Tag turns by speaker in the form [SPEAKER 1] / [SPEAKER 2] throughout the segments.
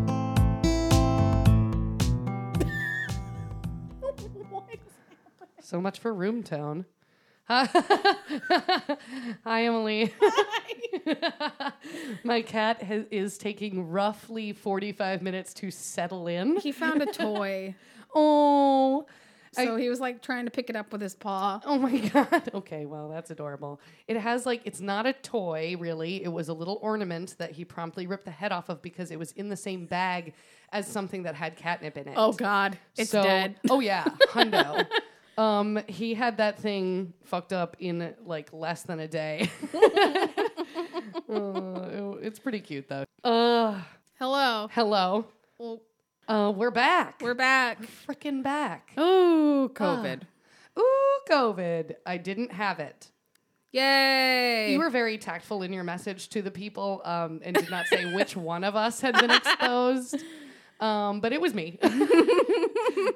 [SPEAKER 1] So much for Room Tone. Hi, Emily. My cat has, is taking roughly 45 minutes to settle in.
[SPEAKER 2] He found a toy.
[SPEAKER 1] Oh,
[SPEAKER 2] So he was like trying to pick it up with his paw.
[SPEAKER 1] oh my God. Okay, well, that's adorable. It has like, it's not a toy, really. It was a little ornament that he promptly ripped the head off of because it was in the same bag as something that had catnip in it.
[SPEAKER 2] Oh God, it's
[SPEAKER 1] So-
[SPEAKER 2] dead.
[SPEAKER 1] Oh yeah, hundo. um, he had that thing fucked up in like less than a day. Uh, it's pretty cute though. Uh,
[SPEAKER 2] Hello.
[SPEAKER 1] hello.
[SPEAKER 2] Well,
[SPEAKER 1] Uh, we're back.
[SPEAKER 2] we're back.
[SPEAKER 1] freaking back.
[SPEAKER 2] Oh, COVID.
[SPEAKER 1] Ooh, COVID. I didn't have it.
[SPEAKER 2] Yay.
[SPEAKER 1] You were very tactful in your message to the people um, and did not say which one of us had been exposed. Um, but it was me.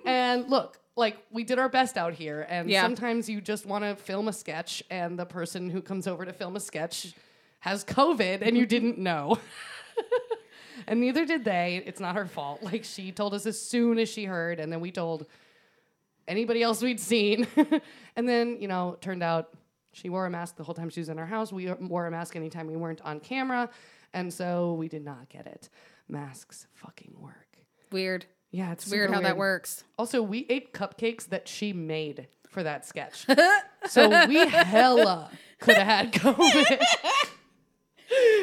[SPEAKER 1] and look, like we did our best out here. And
[SPEAKER 2] Yeah.
[SPEAKER 1] sometimes you just want to film a sketch, and the person who comes over to film a sketch has COVID and
[SPEAKER 2] Mm-hmm.
[SPEAKER 1] you didn't know. and neither did they. It's not her fault. Like she told us as soon as she heard, and then we told anybody else we'd seen. and then, you know, turned out she wore a mask the whole time she was in our house. We wore a mask anytime we weren't on camera. And so we did not get it. Masks fucking work.
[SPEAKER 2] weird.
[SPEAKER 1] Yeah, it's
[SPEAKER 2] Weird
[SPEAKER 1] super
[SPEAKER 2] how that works.
[SPEAKER 1] Also, we ate cupcakes that she made for that sketch. so we hella could have had COVID.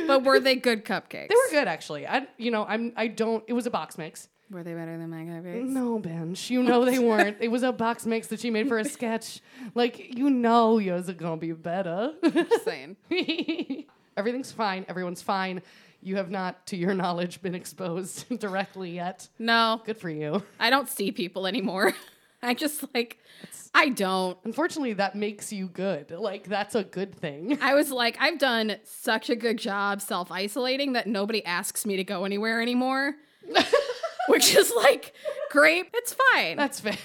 [SPEAKER 2] But were they good cupcakes?
[SPEAKER 1] they were good actually. I you know, I'm I don't it was a box mix.
[SPEAKER 2] Were they better than my cupcakes?
[SPEAKER 1] No, Bench. You know they weren't. It was a box mix that she made for a sketch. Like, you know yours are gonna be better.
[SPEAKER 2] Just saying.
[SPEAKER 1] Everything's fine. Everyone's fine. You have not, to your knowledge, been exposed directly yet.
[SPEAKER 2] No,
[SPEAKER 1] Good for you.
[SPEAKER 2] I don't see people anymore. I just like, I don't.
[SPEAKER 1] Unfortunately, that makes you good. Like, that's a good thing.
[SPEAKER 2] I was like, I've done such a good job self isolating that nobody asks me to go anywhere anymore. Which is like, great, it's fine.
[SPEAKER 1] That's fair.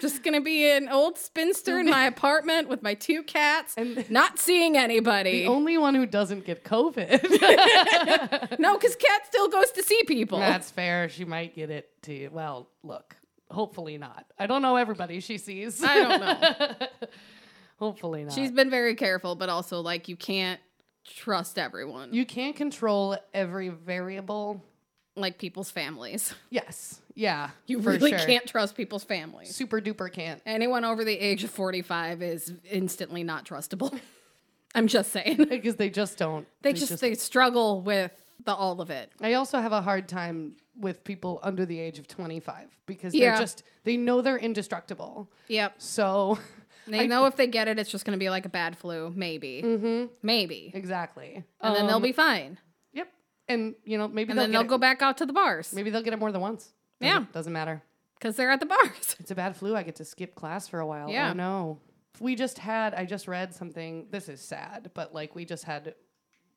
[SPEAKER 2] just gonna be an old spinster in my apartment with my two cats
[SPEAKER 1] And-
[SPEAKER 2] and not seeing anybody.
[SPEAKER 1] Only one who doesn't get COVID.
[SPEAKER 2] no, because cat still goes to see people.
[SPEAKER 1] that's fair. She might get it too. Well, look, hopefully not. I don't know everybody she sees.
[SPEAKER 2] I don't know.
[SPEAKER 1] hopefully not.
[SPEAKER 2] She's been very careful, but also like you can't trust everyone,
[SPEAKER 1] you can't control every variable.
[SPEAKER 2] like people's families.
[SPEAKER 1] Yes. Yeah.
[SPEAKER 2] You
[SPEAKER 1] for
[SPEAKER 2] really
[SPEAKER 1] sure.
[SPEAKER 2] can't trust people's families.
[SPEAKER 1] Super duper can't.
[SPEAKER 2] Anyone over the age of 45 is instantly not trustable. I'm just saying.
[SPEAKER 1] Because they just don't.
[SPEAKER 2] They just, they struggle with the all of it.
[SPEAKER 1] I also have a hard time with people under the age of 25 because
[SPEAKER 2] Yeah.
[SPEAKER 1] they're just, they know they're indestructible.
[SPEAKER 2] Yep.
[SPEAKER 1] So,
[SPEAKER 2] They know if they get it, it's just going to be like a bad flu, maybe. Mm-hmm. Maybe.
[SPEAKER 1] exactly. Uh,
[SPEAKER 2] and then they'll be fine.
[SPEAKER 1] Yep. And, you know, maybe
[SPEAKER 2] And
[SPEAKER 1] they'll,
[SPEAKER 2] then they'll
[SPEAKER 1] get
[SPEAKER 2] go
[SPEAKER 1] it.
[SPEAKER 2] back out to the bars
[SPEAKER 1] Maybe they'll get it more than once.
[SPEAKER 2] Yeah.
[SPEAKER 1] Doesn't- Doesn't matter.
[SPEAKER 2] because they're at the bars.
[SPEAKER 1] It's a bad flu. I get to skip class for a while.
[SPEAKER 2] Yeah.
[SPEAKER 1] Oh, no. We just had, I just read something. This is sad, but like we just had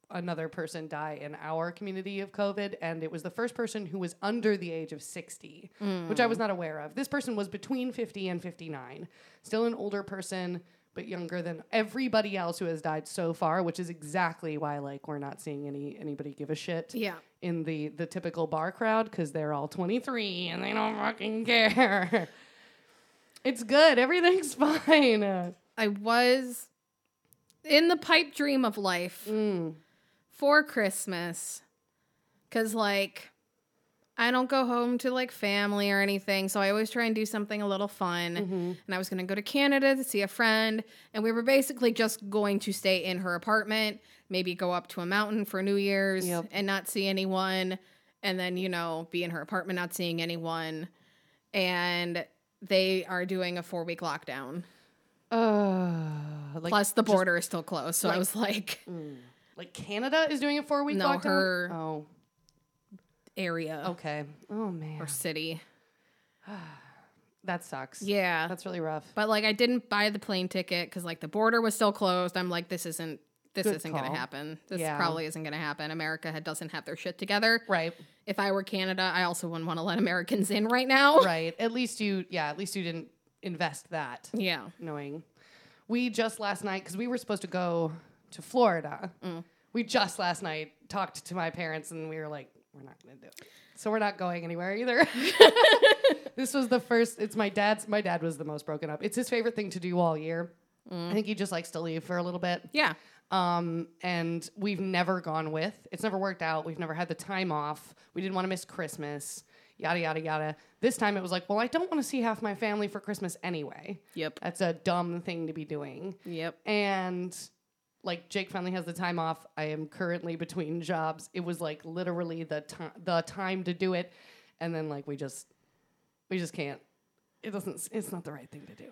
[SPEAKER 1] another person die in our community of COVID, and it was the first person who was under the age of 60, which I was not aware of. This person was between 50 and 59, still an older person, but younger than everybody else who has died so far, which is exactly why like we're not seeing any anybody give a shit
[SPEAKER 2] Yeah.
[SPEAKER 1] in the the typical bar crowd because they're all 23 and they don't fucking care. It's good. Everything's fine. Uh,
[SPEAKER 2] I was in the pipe dream of life for Christmas because, like, I don't go home to like family or anything, so I always try and do something a little fun. And I was gonna go to Canada to see a friend, and we were basically just going to stay in her apartment, maybe go up to a mountain for New Year's
[SPEAKER 1] Yep.
[SPEAKER 2] and not see anyone, and then you know be in her apartment not seeing anyone. And they are doing a four week lockdown.
[SPEAKER 1] Uh, like,
[SPEAKER 2] Plus, the border is still closed. So I was like,
[SPEAKER 1] Mm. like Canada is doing a four week
[SPEAKER 2] No,
[SPEAKER 1] lockdown.
[SPEAKER 2] her-
[SPEAKER 1] Oh,
[SPEAKER 2] area
[SPEAKER 1] okay. Oh man,
[SPEAKER 2] or city.
[SPEAKER 1] that sucks.
[SPEAKER 2] Yeah.
[SPEAKER 1] that's really rough.
[SPEAKER 2] but like, I didn't buy the plane ticket because like the border was still closed. I'm like, this isn't. This
[SPEAKER 1] Good
[SPEAKER 2] isn't
[SPEAKER 1] call.
[SPEAKER 2] gonna happen. This
[SPEAKER 1] Yeah.
[SPEAKER 2] probably isn't gonna happen. America had, doesn't have their shit together.
[SPEAKER 1] Right,
[SPEAKER 2] If I were Canada, I also wouldn't want to let Americans in right now.
[SPEAKER 1] right. At least you, yeah. At least you didn't invest that.
[SPEAKER 2] Yeah.
[SPEAKER 1] Knowing we just last night because we were supposed to go to Florida. We just last night talked to my parents and we were like, we're not going to do it. So we're not going anywhere either. this was the first. It's my dad's. My dad was the most broken up. It's his favorite thing to do all year. I think he just likes to leave for a little bit.
[SPEAKER 2] Yeah.
[SPEAKER 1] Um, and we've never gone with. It's never worked out. We've never had the time off. We didn't want to miss Christmas. Yada yada yada. This time it was like, well, I don't want to see half my family for Christmas anyway.
[SPEAKER 2] Yep.
[SPEAKER 1] That's a dumb thing to be doing.
[SPEAKER 2] Yep.
[SPEAKER 1] And like Jake finally has the time off. I am currently between jobs. It was like literally the time the time to do it, and then like we just we just can't. It doesn't. It's not the right thing to do.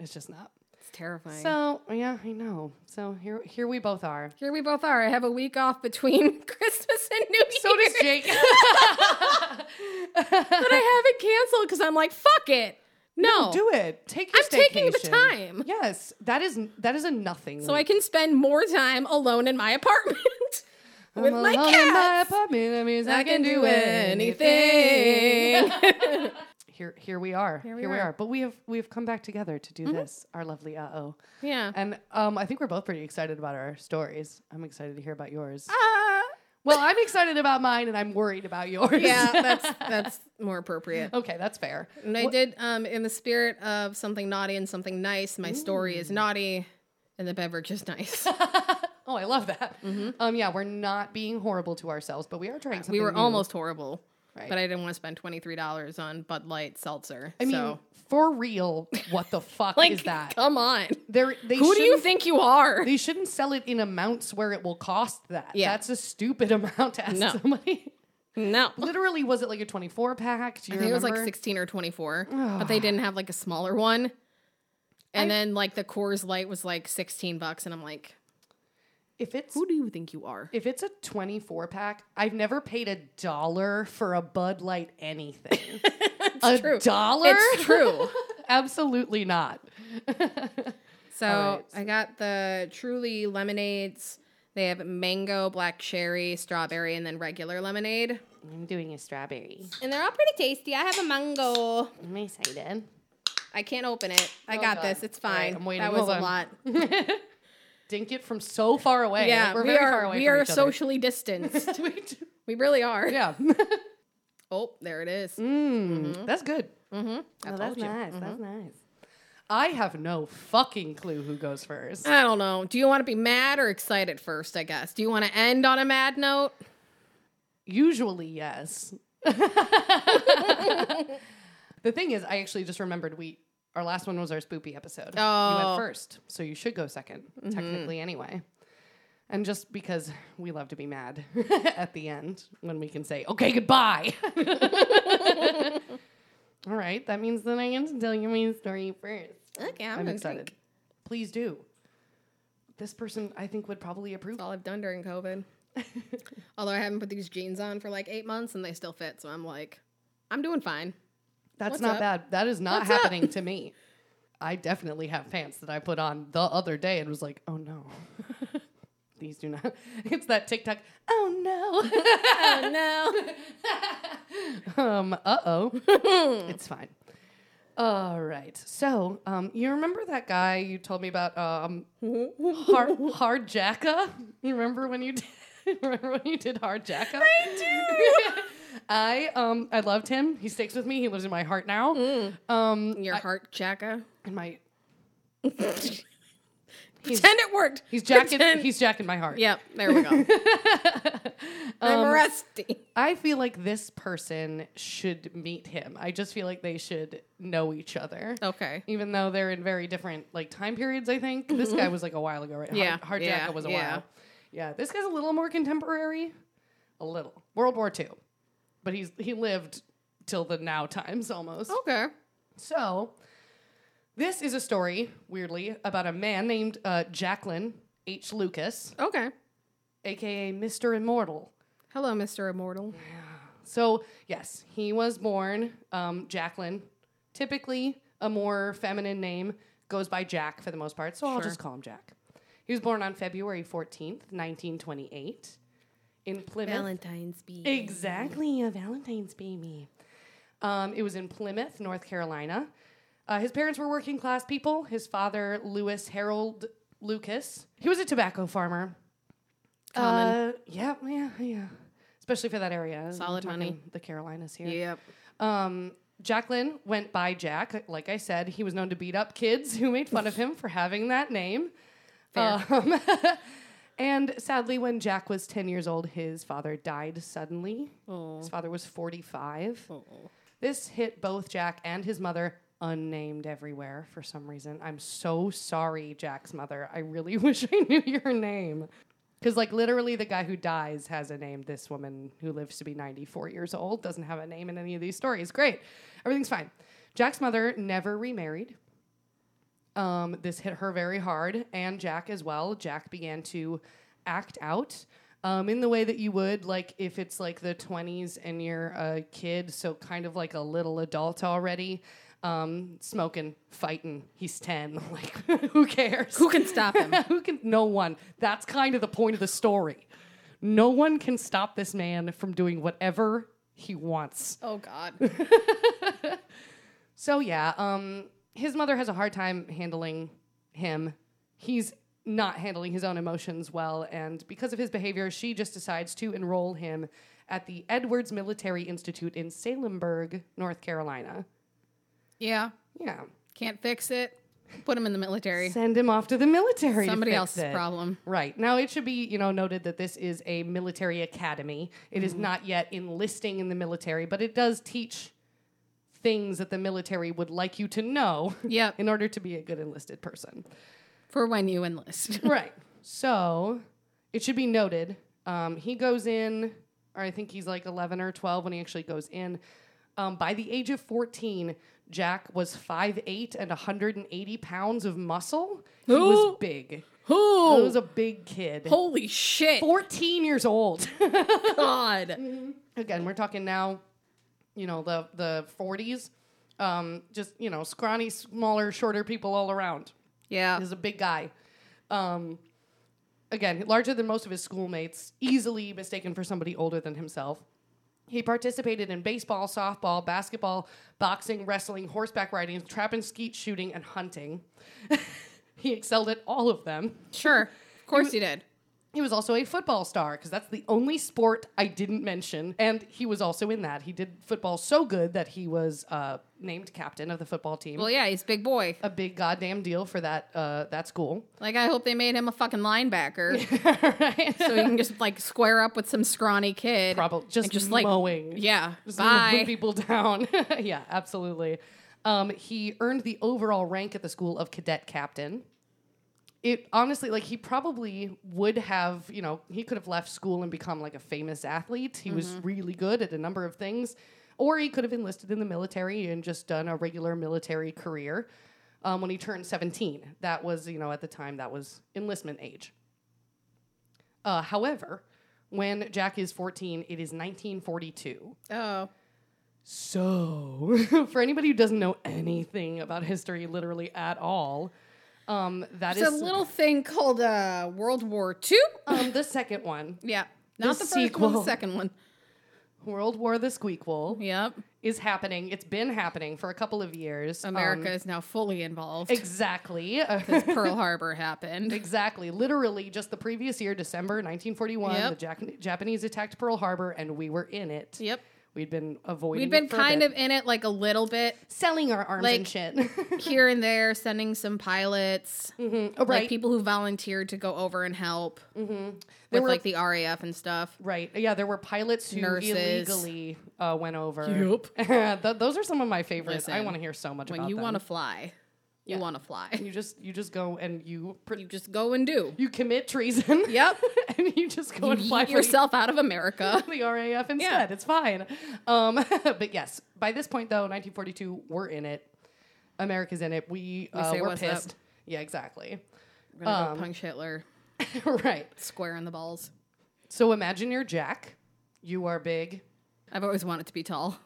[SPEAKER 1] It's just not.
[SPEAKER 2] It's terrifying.
[SPEAKER 1] So yeah, I know. So here here we both are.
[SPEAKER 2] Here we both are. I have a week off between Christmas and New Year's.
[SPEAKER 1] So does Jake.
[SPEAKER 2] but I have it canceled because I'm like, fuck it. No.
[SPEAKER 1] Do it. Take your
[SPEAKER 2] I'm taking the
[SPEAKER 1] staycation.
[SPEAKER 2] time.
[SPEAKER 1] Yes, that is that is a nothing.
[SPEAKER 2] so I can spend more time alone in my apartment with my
[SPEAKER 1] alone in my
[SPEAKER 2] cat.
[SPEAKER 1] apartment. That means I,
[SPEAKER 2] I can do
[SPEAKER 1] anything.
[SPEAKER 2] anything.
[SPEAKER 1] Here, here we are. Here
[SPEAKER 2] we
[SPEAKER 1] we
[SPEAKER 2] are. Mm-hmm.
[SPEAKER 1] are. But we have we have come back together to do this. Our lovely uh oh.
[SPEAKER 2] yeah.
[SPEAKER 1] And um, I think we're both pretty excited about our stories. I'm excited to hear about yours.
[SPEAKER 2] Uh,
[SPEAKER 1] Well, I'm excited about mine, and I'm worried about yours.
[SPEAKER 2] yeah, that's that's more appropriate.
[SPEAKER 1] okay, that's fair.
[SPEAKER 2] And I did, um, in the spirit of something naughty and something nice, my story is naughty and the beverage is nice.
[SPEAKER 1] Oh, I love that. Um, yeah, we're not being horrible to ourselves, but we are trying something.
[SPEAKER 2] Mm-hmm. we were
[SPEAKER 1] new.
[SPEAKER 2] almost horrible,
[SPEAKER 1] Right.
[SPEAKER 2] but I didn't want to spend $23 on Bud Light seltzer.
[SPEAKER 1] I mean,
[SPEAKER 2] so.
[SPEAKER 1] for real, what the fuck is that?
[SPEAKER 2] Come on.
[SPEAKER 1] They're, they
[SPEAKER 2] Who do you
[SPEAKER 1] shouldn't-
[SPEAKER 2] think you are?
[SPEAKER 1] They shouldn't sell it in amounts where it will cost that.
[SPEAKER 2] Yeah.
[SPEAKER 1] That's a stupid amount to ask
[SPEAKER 2] No.
[SPEAKER 1] somebody.
[SPEAKER 2] No.
[SPEAKER 1] Literally, was it like a 24 pack? Do
[SPEAKER 2] I
[SPEAKER 1] you
[SPEAKER 2] think it was
[SPEAKER 1] remember?
[SPEAKER 2] like 16 or 24, but they didn't have like a smaller one. And then like the Coors Light was like 16 bucks and I'm like,
[SPEAKER 1] If it's
[SPEAKER 2] who do you think you are?
[SPEAKER 1] if it's a 24 pack, I've never paid a dollar for a Bud Light anything. a
[SPEAKER 2] true.
[SPEAKER 1] dollar?
[SPEAKER 2] It's true.
[SPEAKER 1] Absolutely not.
[SPEAKER 2] So
[SPEAKER 1] All right.
[SPEAKER 2] I got the Truly lemonades. They have mango, black cherry, strawberry, and then regular lemonade.
[SPEAKER 1] I'm doing a strawberry.
[SPEAKER 2] And they're all pretty tasty. I have a mango.
[SPEAKER 1] I'm excited.
[SPEAKER 2] I can't open it. I
[SPEAKER 1] Oh,
[SPEAKER 2] got
[SPEAKER 1] God.
[SPEAKER 2] this. It's
[SPEAKER 1] All right,
[SPEAKER 2] fine.
[SPEAKER 1] I'm waiting.
[SPEAKER 2] That was
[SPEAKER 1] Hold
[SPEAKER 2] a
[SPEAKER 1] on.
[SPEAKER 2] lot.
[SPEAKER 1] Dink it from so far away.
[SPEAKER 2] Yeah,
[SPEAKER 1] Like, we're
[SPEAKER 2] we
[SPEAKER 1] very
[SPEAKER 2] are,
[SPEAKER 1] far away.
[SPEAKER 2] we
[SPEAKER 1] from
[SPEAKER 2] are
[SPEAKER 1] each other.
[SPEAKER 2] socially distanced.
[SPEAKER 1] we do.
[SPEAKER 2] we really are.
[SPEAKER 1] Yeah.
[SPEAKER 2] Oh, there it is.
[SPEAKER 1] Hmm. That's good.
[SPEAKER 2] I
[SPEAKER 1] Oh,
[SPEAKER 2] told
[SPEAKER 1] that's
[SPEAKER 2] you.
[SPEAKER 1] nice. That's nice. I have no fucking clue who goes first.
[SPEAKER 2] I don't know. Do you want to be mad or excited first? I guess. Do you want to end on a mad note?
[SPEAKER 1] Usually, yes. the thing is, I actually just remembered we our last one was our spoopy episode. You
[SPEAKER 2] Oh.
[SPEAKER 1] went first, so you should go 2nd technically anyway. And just because we love to be mad at the end when we can say, okay, goodbye. All right, that means that I get to tell you my story first.
[SPEAKER 2] Okay,
[SPEAKER 1] I'm,
[SPEAKER 2] gonna
[SPEAKER 1] excited.
[SPEAKER 2] drink.
[SPEAKER 1] Please do. This person, I think, would probably approve.
[SPEAKER 2] That's all I've done during COVID. Although I haven't put these jeans on for like eight months and they still fit, so I'm like, I'm doing fine.
[SPEAKER 1] That's
[SPEAKER 2] What's
[SPEAKER 1] not
[SPEAKER 2] up?
[SPEAKER 1] bad. That is not
[SPEAKER 2] What's up?
[SPEAKER 1] happening to me. I definitely have pants that I put on the other day and was like, oh no. These do not. It's that TikTok. Oh
[SPEAKER 2] Oh no!
[SPEAKER 1] no. um. Uh oh. it's fine. All right. So, um, you remember that guy you told me about, um, hard, hard Jacka? You remember when you did, remember when you did hard Jacka? I do. I um I loved him. He sticks with me. He lives in my heart now.
[SPEAKER 2] Mm.
[SPEAKER 1] Um,
[SPEAKER 2] Your heart, Jacka.
[SPEAKER 1] in my
[SPEAKER 2] Pretend it worked.
[SPEAKER 1] He's jacking.
[SPEAKER 2] Pretend-
[SPEAKER 1] He's jacking my heart. Um,
[SPEAKER 2] Yep. There we go. Um, I'm rusty.
[SPEAKER 1] I feel like this person should meet him. I just feel like they should know each other,
[SPEAKER 2] Okay.
[SPEAKER 1] even though they're in very different like time periods. I think this guy was like a while ago, right? Hard-
[SPEAKER 2] Mm-hmm. Yeah,
[SPEAKER 1] Hard
[SPEAKER 2] yeah,
[SPEAKER 1] Jacket was a
[SPEAKER 2] yeah.
[SPEAKER 1] while. Yeah, this guy's a little more contemporary, a little World War II, but he's he lived till the now times almost.
[SPEAKER 2] Okay.
[SPEAKER 1] So, this is a story weirdly about a man named uh, Jacqueline H. Lucas,
[SPEAKER 2] Okay.
[SPEAKER 1] aka Mister Immortal.
[SPEAKER 2] Hello, Mr. Immortal.
[SPEAKER 1] So yes, he was born um, Jacqueline. Typically, a more feminine name goes by Jack for the most part, so I'll just call him Jack. He was born on February fourteenth, nineteen twenty-eight, in Plymouth.
[SPEAKER 2] Valentine's Bee.
[SPEAKER 1] Exactly, a Valentine's baby. Um, it was in Plymouth, North Carolina. Uh, his parents were working class people. His father, Lewis Harold Lucas, he was a tobacco farmer. Uh, yeah, yeah, yeah. His especially for that area.
[SPEAKER 2] Solid
[SPEAKER 1] We're
[SPEAKER 2] money.
[SPEAKER 1] talking The Carolinas here.
[SPEAKER 2] Yep.
[SPEAKER 1] Um, Jacqueline went by Jack. Like I said, he was known to beat up kids who made fun of him for having that name.
[SPEAKER 2] Fair.
[SPEAKER 1] Um, and sadly, when Jack was 10 years old, his father died suddenly. His father was 45. This hit both Jack and his mother, unnamed everywhere for some reason. I'm so sorry, Jack's mother. I really wish I knew your name. Because, like, literally, the guy who dies has a name. This woman who lives to be 94 years old doesn't have a name in any of these stories. Great. Everything's fine. Jack's mother never remarried. Um, this hit her very hard, and Jack as well. Jack began to act out um, in the way that you would, like if it's like the 20s and you're a kid, so kind of like a little adult already. Um, smoking, fighting. He's 10. Like, who cares?
[SPEAKER 2] Who can stop him?
[SPEAKER 1] Who can? No one. That's kind of the point of the story. No one can stop this man from doing whatever he wants.
[SPEAKER 2] oh God.
[SPEAKER 1] So yeah, um, his mother has a hard time handling him. He's not handling his own emotions well, and because of his behavior, she just decides to enroll him at the Edwards Military Institute in Salemburg, North Carolina.
[SPEAKER 2] Yeah.
[SPEAKER 1] Yeah,
[SPEAKER 2] Can't fix it. Put him in the military.
[SPEAKER 1] send him off to the military. to
[SPEAKER 2] Somebody
[SPEAKER 1] fix
[SPEAKER 2] else's
[SPEAKER 1] it.
[SPEAKER 2] problem.
[SPEAKER 1] Right. Now, it should be, you know, noted that this is a military academy. It
[SPEAKER 2] Mm-hmm.
[SPEAKER 1] is not yet enlisting in the military, but it does teach things that the military would like you to know
[SPEAKER 2] Yep.
[SPEAKER 1] in order to be a good enlisted person.
[SPEAKER 2] For when you enlist.
[SPEAKER 1] Right. So, it should be noted, um, he goes in, or I think he's like 11 or 12 when he actually goes in. Um, by the age of 14, Jack was 5'8 and 180 pounds of muscle. He was
[SPEAKER 2] Ooh.
[SPEAKER 1] big. He
[SPEAKER 2] Who?
[SPEAKER 1] was a big kid.
[SPEAKER 2] Holy shit.
[SPEAKER 1] 14 Oh. years old.
[SPEAKER 2] Oh, God.
[SPEAKER 1] Again, we're talking now, you know, the the 40s. Um, just, you know, scrawny, smaller, shorter people all around.
[SPEAKER 2] Yeah.
[SPEAKER 1] He's a big guy. Um, again, larger than most of his schoolmates, easily mistaken for somebody older than himself. He participated in baseball, softball, basketball, boxing, wrestling, horseback riding, trap and skeet shooting, and hunting. he excelled at all of them.
[SPEAKER 2] Sure. Of course you did.
[SPEAKER 1] He was also a football star because that's the only sport I didn't mention. And he was also in that. He did football so good that he was uh, named captain of the football team.
[SPEAKER 2] Well, yeah, he's a big boy.
[SPEAKER 1] a big goddamn deal for that uh, that school,
[SPEAKER 2] Like, I hope they made him a fucking linebacker
[SPEAKER 1] right?
[SPEAKER 2] so he can just like square up with some scrawny kid.
[SPEAKER 1] Probably just,
[SPEAKER 2] and just like
[SPEAKER 1] mowing,
[SPEAKER 2] Yeah.
[SPEAKER 1] just mowing
[SPEAKER 2] Bye.
[SPEAKER 1] people down. yeah, absolutely. Um, he earned the overall rank at the school of cadet captain. It honestly, like, he probably would have, you know, he could have left school and become like a famous athlete. He was really good at a number of things, or he could have enlisted in the military and just done a regular military career. Um, when he turned 17, that was, you know, at the time, that was enlistment age. Uh, however, when Jack is 14, it is 1942.
[SPEAKER 2] Oh.
[SPEAKER 1] So, for anybody who doesn't know anything about history, literally at all, um, that is
[SPEAKER 2] It's a little thing called uh, World War II.
[SPEAKER 1] um, the second one,
[SPEAKER 2] Yeah. Not
[SPEAKER 1] The
[SPEAKER 2] the, first one,
[SPEAKER 1] sequel.
[SPEAKER 2] the second one.
[SPEAKER 1] World War the Squeakquel,
[SPEAKER 2] Yep.
[SPEAKER 1] is happening. It's been happening for a couple of years. Um,
[SPEAKER 2] America is now fully involved.
[SPEAKER 1] exactly. Uh,
[SPEAKER 2] Pearl Harbor happened.
[SPEAKER 1] Exactly. Literally, just the previous year, December 1941,
[SPEAKER 2] Yep.
[SPEAKER 1] the Jack- Japanese attacked Pearl Harbor, and we were in it.
[SPEAKER 2] Yep.
[SPEAKER 1] We'd been avoiding.
[SPEAKER 2] We've been
[SPEAKER 1] it for a
[SPEAKER 2] kind
[SPEAKER 1] bit.
[SPEAKER 2] of in it like a little bit
[SPEAKER 1] selling our arms and
[SPEAKER 2] like-
[SPEAKER 1] shit.
[SPEAKER 2] here and there, sending some pilots,
[SPEAKER 1] Mhm. Oh,
[SPEAKER 2] like
[SPEAKER 1] right. Mm-hmm.
[SPEAKER 2] people who volunteered to go over and help
[SPEAKER 1] There
[SPEAKER 2] with
[SPEAKER 1] were-
[SPEAKER 2] like the RAF and stuff.
[SPEAKER 1] Right. Yeah, there were pilots who
[SPEAKER 2] Nurses.
[SPEAKER 1] illegally uh, went over. Yep. those are some of my favorites. I
[SPEAKER 2] Listen,
[SPEAKER 1] want to hear so much
[SPEAKER 2] When
[SPEAKER 1] about
[SPEAKER 2] you
[SPEAKER 1] them.
[SPEAKER 2] want to fly, you
[SPEAKER 1] Yeah.
[SPEAKER 2] want to fly.
[SPEAKER 1] you just you just go and you pr-
[SPEAKER 2] You just go and do.
[SPEAKER 1] you commit treason.
[SPEAKER 2] Yep.
[SPEAKER 1] and you just go
[SPEAKER 2] You
[SPEAKER 1] and fly
[SPEAKER 2] yeet
[SPEAKER 1] for
[SPEAKER 2] yourself out of America.
[SPEAKER 1] the, the RAF instead. It's fine. Um, but yes, by this point though, 1942, we're in it. America's in it. We, uh,
[SPEAKER 2] say
[SPEAKER 1] we're
[SPEAKER 2] what's up.
[SPEAKER 1] pissed. Yeah, exactly.
[SPEAKER 2] We're gonna
[SPEAKER 1] Um,
[SPEAKER 2] go punch Hitler
[SPEAKER 1] right.
[SPEAKER 2] square in the balls.
[SPEAKER 1] So imagine you're Jack. You are big.
[SPEAKER 2] I've always wanted to be tall.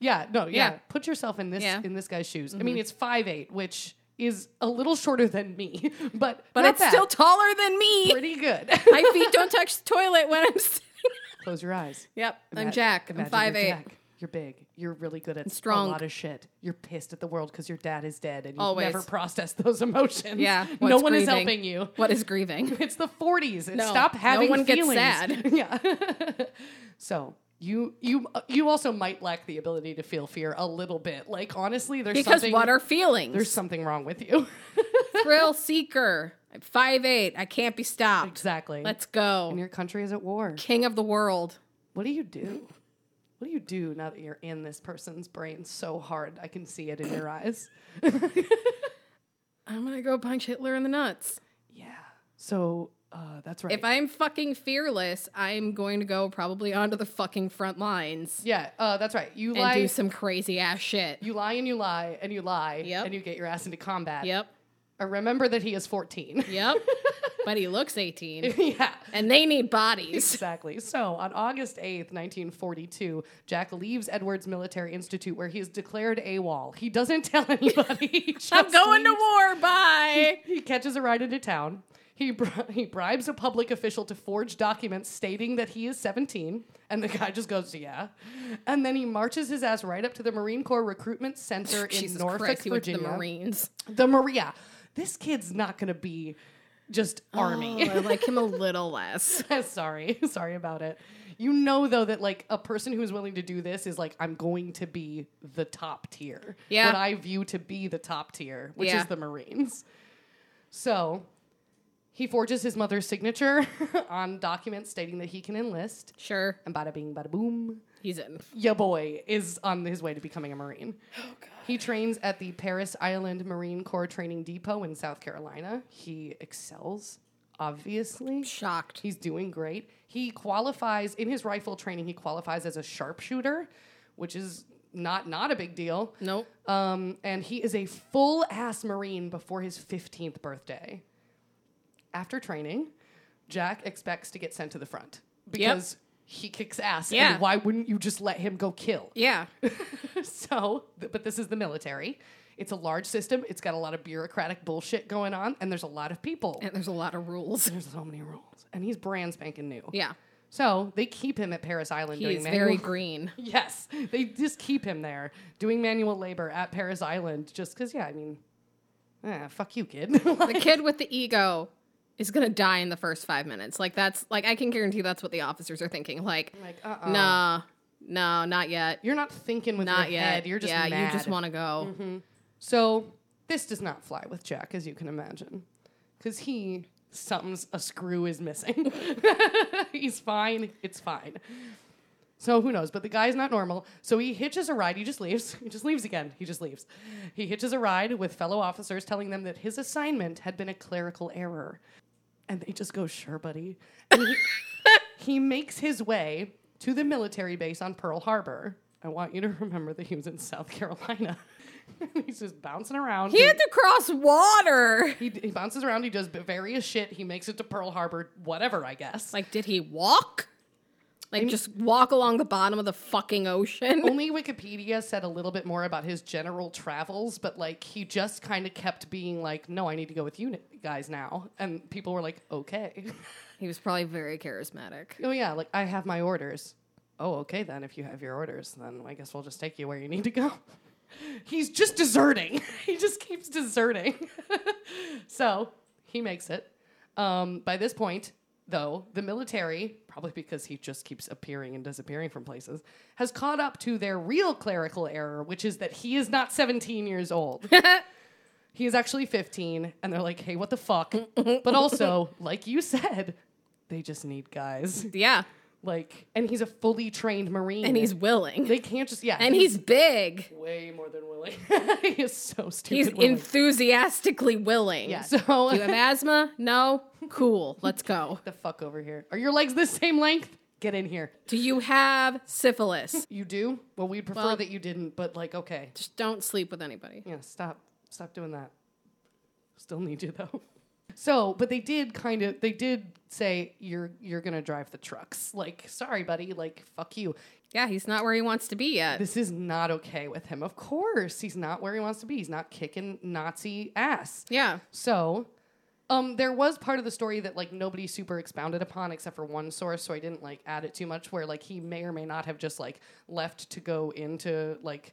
[SPEAKER 1] Yeah, no, yeah.
[SPEAKER 2] Yeah.
[SPEAKER 1] Put yourself in this
[SPEAKER 2] Yeah. Mm-hmm.
[SPEAKER 1] in this guy's shoes. I mean, it's five eight, which is a little shorter than me, but
[SPEAKER 2] But
[SPEAKER 1] not
[SPEAKER 2] it's
[SPEAKER 1] bad.
[SPEAKER 2] still taller than me.
[SPEAKER 1] pretty good.
[SPEAKER 2] My feet don't touch the toilet when I'm sitting.
[SPEAKER 1] Close your eyes.
[SPEAKER 2] Yep. I'm
[SPEAKER 1] Ima-
[SPEAKER 2] Jack. I'm
[SPEAKER 1] imagine you're
[SPEAKER 2] 5'8.
[SPEAKER 1] Jack. You're big. You're really good at
[SPEAKER 2] strong.
[SPEAKER 1] a lot of shit. You're pissed at the world because your dad is dead and you've
[SPEAKER 2] Always.
[SPEAKER 1] never processed those emotions.
[SPEAKER 2] Yeah,
[SPEAKER 1] no
[SPEAKER 2] what's
[SPEAKER 1] one is
[SPEAKER 2] grieving?
[SPEAKER 1] helping you.
[SPEAKER 2] What is grieving?
[SPEAKER 1] It's the 40s.
[SPEAKER 2] No,
[SPEAKER 1] Stop
[SPEAKER 2] no
[SPEAKER 1] having
[SPEAKER 2] one gets
[SPEAKER 1] feelings.
[SPEAKER 2] sad.
[SPEAKER 1] Yeah. so you you uh, you also might lack the ability to feel fear a little bit. Like honestly, there's
[SPEAKER 2] Because
[SPEAKER 1] something
[SPEAKER 2] what are feelings?
[SPEAKER 1] there's something wrong with you.
[SPEAKER 2] Thrill seeker. I'm 5'8. I can't be stopped.
[SPEAKER 1] exactly.
[SPEAKER 2] Let's
[SPEAKER 1] and
[SPEAKER 2] go.
[SPEAKER 1] your country is at war.
[SPEAKER 2] King of the world.
[SPEAKER 1] What do you do? What do you do now that you're in this person's brain so hard? I can see it in your eyes.
[SPEAKER 2] I'm gonna go punch Hitler in the nuts.
[SPEAKER 1] Yeah. So uh, that's right.
[SPEAKER 2] If I'm fucking fearless, I'm going to go probably onto the fucking front lines
[SPEAKER 1] yeah, uh, that's right. You
[SPEAKER 2] and do
[SPEAKER 1] lie,
[SPEAKER 2] some crazy ass shit.
[SPEAKER 1] you lie, and you lie, and you lie,
[SPEAKER 2] Yep.
[SPEAKER 1] and you get your ass into combat.
[SPEAKER 2] Yep.
[SPEAKER 1] Uh, remember that he is 14.
[SPEAKER 2] Yep. but he looks 18.
[SPEAKER 1] yeah.
[SPEAKER 2] And they need bodies.
[SPEAKER 1] Exactly. So on August 8th, 1942, Jack leaves Edwards Military Institute where he is declared AWOL. He doesn't tell anybody. He
[SPEAKER 2] I'm
[SPEAKER 1] just
[SPEAKER 2] going to
[SPEAKER 1] leaves.
[SPEAKER 2] war. Bye.
[SPEAKER 1] He catches a ride into town. He, bri- he bribes a public official to forge documents stating that he is 17, and the guy just goes, Yeah. And then he marches his ass right up to the Marine Corps Recruitment Center in
[SPEAKER 2] Jesus
[SPEAKER 1] Norfolk,
[SPEAKER 2] Christ, he went to
[SPEAKER 1] Virginia.
[SPEAKER 2] the Marines.
[SPEAKER 1] The Maria. This kid's not going to be just Army.
[SPEAKER 2] Oh, I like him a little less.
[SPEAKER 1] sorry, sorry about it. You know though that like a person who is willing to do this is like I'm going to be the top tier.
[SPEAKER 2] Yeah.
[SPEAKER 1] What I view to be the top tier, which
[SPEAKER 2] Yeah.
[SPEAKER 1] is the Marines. So he forges his mother's signature on documents stating that he can enlist.
[SPEAKER 2] Sure.
[SPEAKER 1] And bada bing, bada boom,
[SPEAKER 2] He's in.
[SPEAKER 1] ya boy is on his way to becoming a Marine.
[SPEAKER 2] Oh,
[SPEAKER 1] He trains at the Paris Island Marine Corps Training Depot in South Carolina. He excels, obviously.
[SPEAKER 2] Shocked.
[SPEAKER 1] He's doing great. He qualifies in his rifle training. He qualifies as a sharpshooter, which is not not a big deal.
[SPEAKER 2] Nope.
[SPEAKER 1] Um, and he is a full ass Marine before his 15th birthday. After training, Jack expects to get sent to the front because he kicks ass.
[SPEAKER 2] Yeah.
[SPEAKER 1] And why wouldn't you just let him go kill?
[SPEAKER 2] Yeah.
[SPEAKER 1] so, th- but this is the military. It's a large system. It's got a lot of bureaucratic bullshit going on, and there's a lot of people.
[SPEAKER 2] And there's a lot of rules.
[SPEAKER 1] there's so many rules. And he's brand spanking new.
[SPEAKER 2] Yeah.
[SPEAKER 1] So they keep him at Paris Island
[SPEAKER 2] He
[SPEAKER 1] doing
[SPEAKER 2] is
[SPEAKER 1] manual.
[SPEAKER 2] very green.
[SPEAKER 1] yes, they just keep him there doing manual labor at Paris Island just because, yeah, I mean, eh, fuck you, kid.
[SPEAKER 2] The kid with the ego is gonna die in the first five minutes. Like that's like I can guarantee that's what the officers are thinking. Like,
[SPEAKER 1] like, uh-uh.
[SPEAKER 2] nah, no, not yet,
[SPEAKER 1] You're not thinking with
[SPEAKER 2] not
[SPEAKER 1] your
[SPEAKER 2] yet.
[SPEAKER 1] head. You're just
[SPEAKER 2] yeah,
[SPEAKER 1] mad. Mm-hmm.
[SPEAKER 2] you just want to go.
[SPEAKER 1] So this does not fly with Jack, as you can imagine, because he something's a screw is missing. He's fine. It's fine. So who knows? But the guy's not normal. So he hitches a ride. He just leaves. He just leaves again. He just leaves. He hitches a ride with fellow officers, telling them that his assignment had been a clerical error, and they just go, "Sure, buddy." And he, he makes his way to the military base on Pearl Harbor. I want you to remember that he was in South Carolina. He's just bouncing around.
[SPEAKER 2] He had to cross water.
[SPEAKER 1] He, he bounces around. He does various shit. He makes it to Pearl Harbor, whatever, I guess.
[SPEAKER 2] Like, did he walk? Like, just walk along the bottom of the fucking ocean?
[SPEAKER 1] Only Wikipedia said a little bit more about his general travels, but like he just kind of kept being like, no, I need to go with you n- guys now. And people were like, okay.
[SPEAKER 2] He was probably very charismatic.
[SPEAKER 1] oh, yeah, like I have my orders. Oh, okay, then if you have your orders, then I guess we'll just take you where you need to go. He's just deserting. he just keeps deserting. so he makes it. Um, by this point, though, the military, probably because he just keeps appearing and disappearing from places, has caught up to their real clerical error, which is that he is not 17 years old. he is actually 15, and they're like, hey, what the fuck? but also, like you said, they just need guys.
[SPEAKER 2] Yeah,
[SPEAKER 1] Like, and he's a fully trained Marine.
[SPEAKER 2] and he's willing,
[SPEAKER 1] They can't just, yeah.
[SPEAKER 2] and he's big.
[SPEAKER 1] way more than willing. he is so stupid.
[SPEAKER 2] He's
[SPEAKER 1] willing.
[SPEAKER 2] enthusiastically willing.
[SPEAKER 1] Yeah. So,
[SPEAKER 2] Do you have asthma? No. Cool. Let's go.
[SPEAKER 1] the fuck over here. Are your legs the same length? Get in here.
[SPEAKER 2] Do you have syphilis?
[SPEAKER 1] You do? Well, we'd prefer
[SPEAKER 2] Well-
[SPEAKER 1] that you didn't, but like, okay.
[SPEAKER 2] Just don't sleep with anybody.
[SPEAKER 1] Yeah, stop. Stop doing that. Still need you though. So, but they did kind of they did say you're you're going to drive the trucks. Like, sorry buddy, like fuck you.
[SPEAKER 2] Yeah, he's not where he wants to be yet.
[SPEAKER 1] This is not okay with him. Of course, he's not where he wants to be. He's not kicking Nazi ass.
[SPEAKER 2] Yeah.
[SPEAKER 1] So Um, there was part of the story that like nobody super expounded upon except for one source, so I didn't like add it too much. Where like he may or may not have just like left to go into like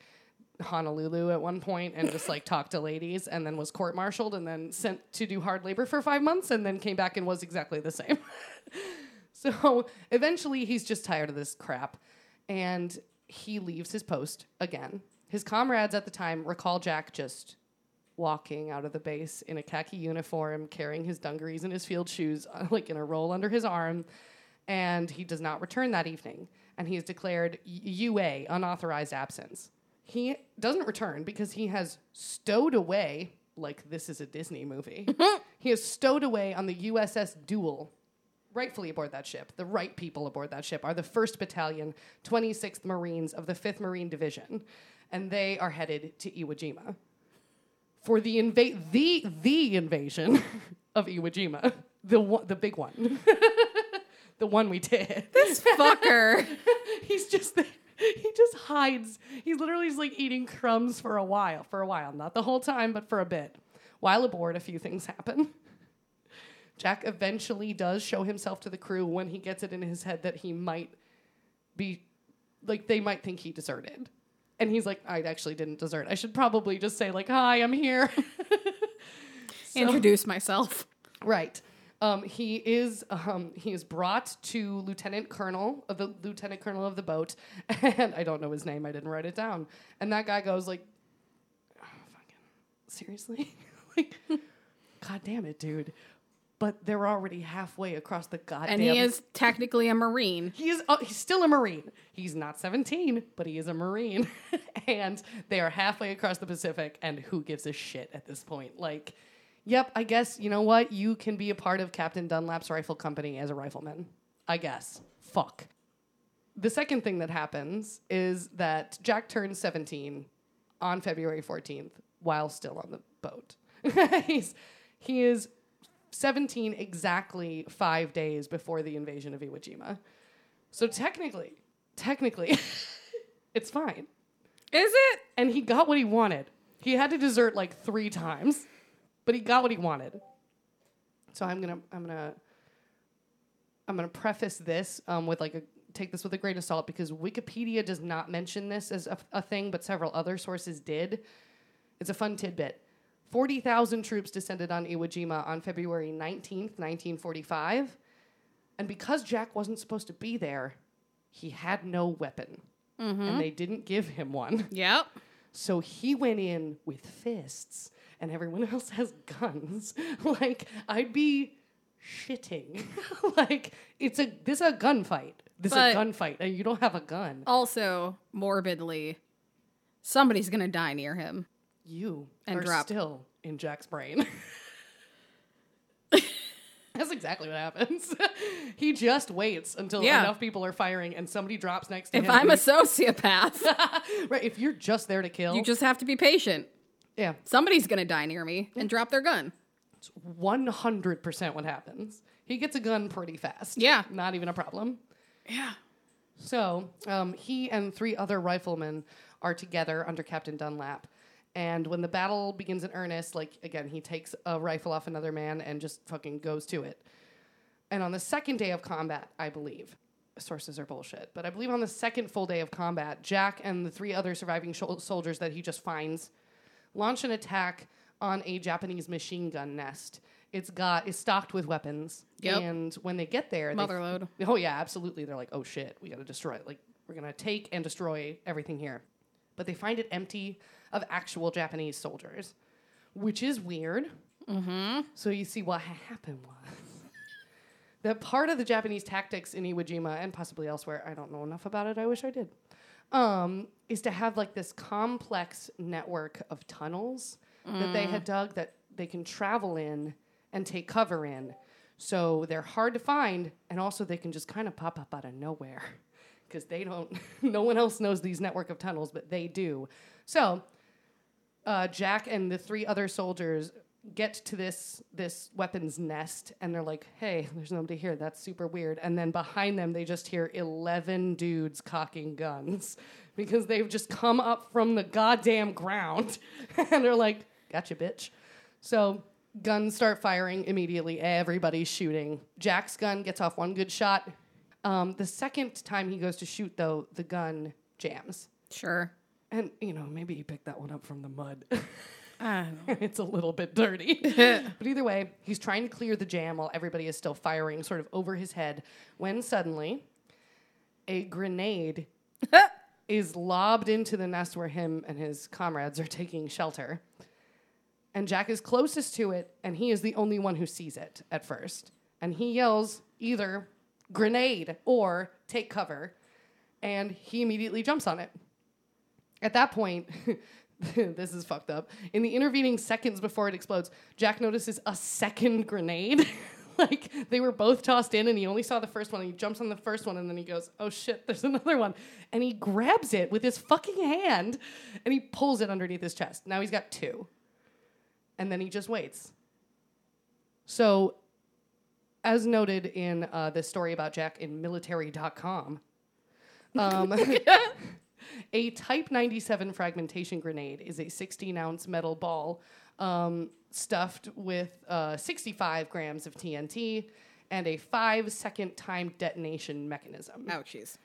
[SPEAKER 1] Honolulu at one point and just like talked to ladies, and then was court martialed and then sent to do hard labor for five months, and then came back and was exactly the same. so eventually, he's just tired of this crap, and he leaves his post again. His comrades at the time recall Jack just walking out of the base in a khaki uniform, carrying his dungarees and his field shoes, uh, like in a roll under his arm. And he does not return that evening. And he is declared UA, unauthorized absence. He doesn't return because he has stowed away, like this is a Disney movie. he is stowed away on the USS Duel, rightfully aboard that ship. The right people aboard that ship are the 1st Battalion, 26th Marines of the 5th Marine Division. And they are headed to Iwo Jima for the invade the the invasion of Iwo Jima, the one, the big one, the one we did.
[SPEAKER 2] This fucker.
[SPEAKER 1] He's just there. he just hides. He's literally just like eating crumbs for a while, for a while, not the whole time, but for a bit. While aboard, a few things happen. Jack eventually does show himself to the crew when he gets it in his head that he might be like they might think he deserted. And he's like, I actually didn't desert. I should probably just say like, "Hi, I'm here."
[SPEAKER 2] Introduce myself.
[SPEAKER 1] Right. Um, he is um, he is brought to lieutenant colonel of the lieutenant colonel of the boat, and I don't know his name. I didn't write it down. And that guy goes like, oh, "Fucking seriously, like, god damn it, dude." But they're already halfway across the goddamn.
[SPEAKER 2] And he is technically a Marine.
[SPEAKER 1] He is uh, he's still a Marine. He's not 17, but he is a Marine. and they are halfway across the Pacific and who gives a shit at this point? Like, yep, I guess you know what? You can be a part of Captain Dunlap's rifle company as a rifleman. I guess. Fuck. The second thing that happens is that Jack turns 17 on February 14th while still on the boat. He's he is 17 exactly 5 days before the invasion of Iwo Jima. So technically, technically, it's fine.
[SPEAKER 2] Is it?
[SPEAKER 1] And he got what he wanted. He had to desert like three times, but he got what he wanted. So I'm gonna, I'm gonna, I'm gonna preface this um, with like a take this with a grain of salt because Wikipedia does not mention this as a, a thing, but several other sources did. It's a fun tidbit. 40,000 troops descended on Iwo Jima on February 19th, 1945. And because Jack wasn't supposed to be there, he had no weapon. And they didn't give him one.
[SPEAKER 2] Yep.
[SPEAKER 1] So he went in with fists, and everyone else has guns. like, I'd be shitting. like, it's a this a gunfight. This is
[SPEAKER 2] But-
[SPEAKER 1] a gunfight, and you don't have a gun.
[SPEAKER 2] Also, morbidly, somebody's gonna die near him.
[SPEAKER 1] you
[SPEAKER 2] And
[SPEAKER 1] are
[SPEAKER 2] drop.
[SPEAKER 1] still in Jack's brain. That's exactly what happens. he just waits until
[SPEAKER 2] Yeah.
[SPEAKER 1] enough people are firing and somebody drops next to
[SPEAKER 2] If
[SPEAKER 1] him.
[SPEAKER 2] I'm a sociopath,
[SPEAKER 1] right, if you're just there to kill,
[SPEAKER 2] you just have to be patient.
[SPEAKER 1] yeah,
[SPEAKER 2] Somebody's gonna die near me and drop their gun.
[SPEAKER 1] it's 100% what happens. He gets a gun pretty fast.
[SPEAKER 2] Yeah.
[SPEAKER 1] Not even a problem.
[SPEAKER 2] Yeah.
[SPEAKER 1] So um, he and three other riflemen are together under Captain Dunlap. And when the battle begins in earnest, like again, he takes a rifle off another man and just fucking goes to it. And on the second day of combat, I believe, sources are bullshit, but I believe on the second full day of combat, Jack and the three other surviving shol- soldiers that he just finds launch an attack on a Japanese machine gun nest. It's got it's stocked with weapons,
[SPEAKER 2] Yep.
[SPEAKER 1] and when they get there, they
[SPEAKER 2] Motherload.
[SPEAKER 1] Oh yeah, absolutely. They're like, oh shit, we gotta destroy it. Like we're gonna take and destroy everything here. But they find it empty of actual Japanese soldiers, which is weird. Mm-hmm. So you see, what ha- happened was that part of the Japanese tactics in Iwo Jima and possibly elsewhere, I don't know enough about it. I wish I did. Um, is to have like this complex network of tunnels that they had dug that they can travel in and take cover in. So they're hard to find, and also they can just kind of pop up out of nowhere because they don't. no one else knows these network of tunnels, but they do. So uh, Jack and the three other soldiers get to this this weapons nest, and they're like, "Hey, there's nobody here. That's super weird." And then behind them, they just hear eleven dudes cocking guns because they've just come up from the goddamn ground, and they're like, "Gotcha, bitch." So Guns start firing immediately. Everybody's shooting. Jack's gun gets off one good shot. Um, the second time he goes to shoot, though, the gun jams.
[SPEAKER 2] Sure.
[SPEAKER 1] And, you know, maybe he picked that one up from the mud.
[SPEAKER 2] I don't know.
[SPEAKER 1] it's a little bit dirty. but either way, he's trying to clear the jam while everybody is still firing sort of over his head when suddenly a grenade is lobbed into the nest where him and his comrades are taking shelter. And Jack is closest to it, and he is the only one who sees it at first. And he yells either grenade or take cover, and he immediately jumps on it. At that point, this is fucked up. In the intervening seconds before it explodes, Jack notices a second grenade. like they were both tossed in, and he only saw the first one. And he jumps on the first one, and then he goes, "Oh shit, there's another one!" And he grabs it with his fucking hand, and he pulls it underneath his chest. Now he's got two, and then he just waits. So, as noted in uh, this story about Jack in military.com, um, a Type 97 fragmentation grenade is a 16 ounce metal ball um, stuffed with uh, 65 grams of TNT and a five second time detonation mechanism.
[SPEAKER 2] Ouchies.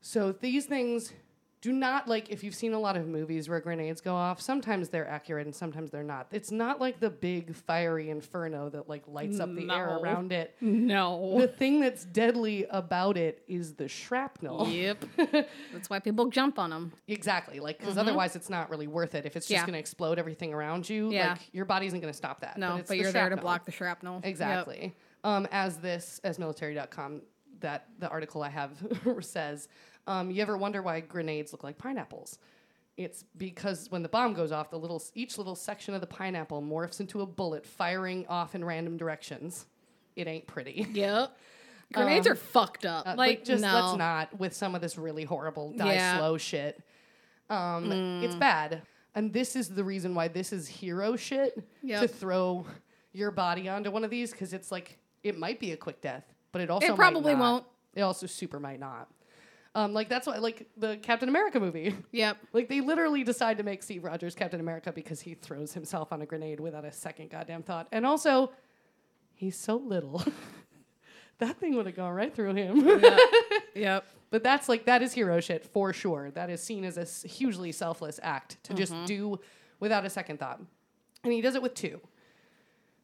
[SPEAKER 1] So these things do not like if you've seen a lot of movies where grenades go off, sometimes they're accurate and sometimes they're not. It's not like the big fiery inferno that like lights up the air
[SPEAKER 2] No.
[SPEAKER 1] around it. The
[SPEAKER 2] No.
[SPEAKER 1] thing that's deadly about it is the shrapnel.
[SPEAKER 2] yep. That's why people jump on them.
[SPEAKER 1] Exactly. Like, because otherwise it's not really worth it. If it's just
[SPEAKER 2] Mm-hmm. Yeah.
[SPEAKER 1] going to explode everything around you,
[SPEAKER 2] Yeah.
[SPEAKER 1] like, your body isn't going to stop that.
[SPEAKER 2] No, but,
[SPEAKER 1] it's the
[SPEAKER 2] you're there to
[SPEAKER 1] shrapnel.
[SPEAKER 2] block the shrapnel. Yep.
[SPEAKER 1] Exactly. Um, as this, as military.com, that the article I have says, um, you ever wonder why grenades look like pineapples? It's because when the bomb goes off, the little each little section of the pineapple morphs into a bullet firing off in random directions. It ain't pretty.
[SPEAKER 2] Yep. Grenades are fucked up.
[SPEAKER 1] Uh,
[SPEAKER 2] Um, like,
[SPEAKER 1] just
[SPEAKER 2] no.
[SPEAKER 1] let's not with some of this really horrible die
[SPEAKER 2] Yeah. Mm.
[SPEAKER 1] slow shit. Um, It's bad, and this is the reason why this is hero shit to
[SPEAKER 2] Yep.
[SPEAKER 1] throw your body onto one of these because it's like it might be a quick death, but it also
[SPEAKER 2] It
[SPEAKER 1] might
[SPEAKER 2] probably
[SPEAKER 1] not.
[SPEAKER 2] won't.
[SPEAKER 1] It also super might not. Um, like that's why like the Captain America movie.
[SPEAKER 2] Yep.
[SPEAKER 1] Like they literally decide to make Steve Rogers Captain America because he throws himself on a grenade without a second goddamn thought. And also, he's so little. that thing would have gone right through him.
[SPEAKER 2] Yep.
[SPEAKER 1] but that's like that is hero shit for sure. That is seen as a s- hugely selfless act to
[SPEAKER 2] Mm-hmm.
[SPEAKER 1] just do without a second thought. And he does it with two.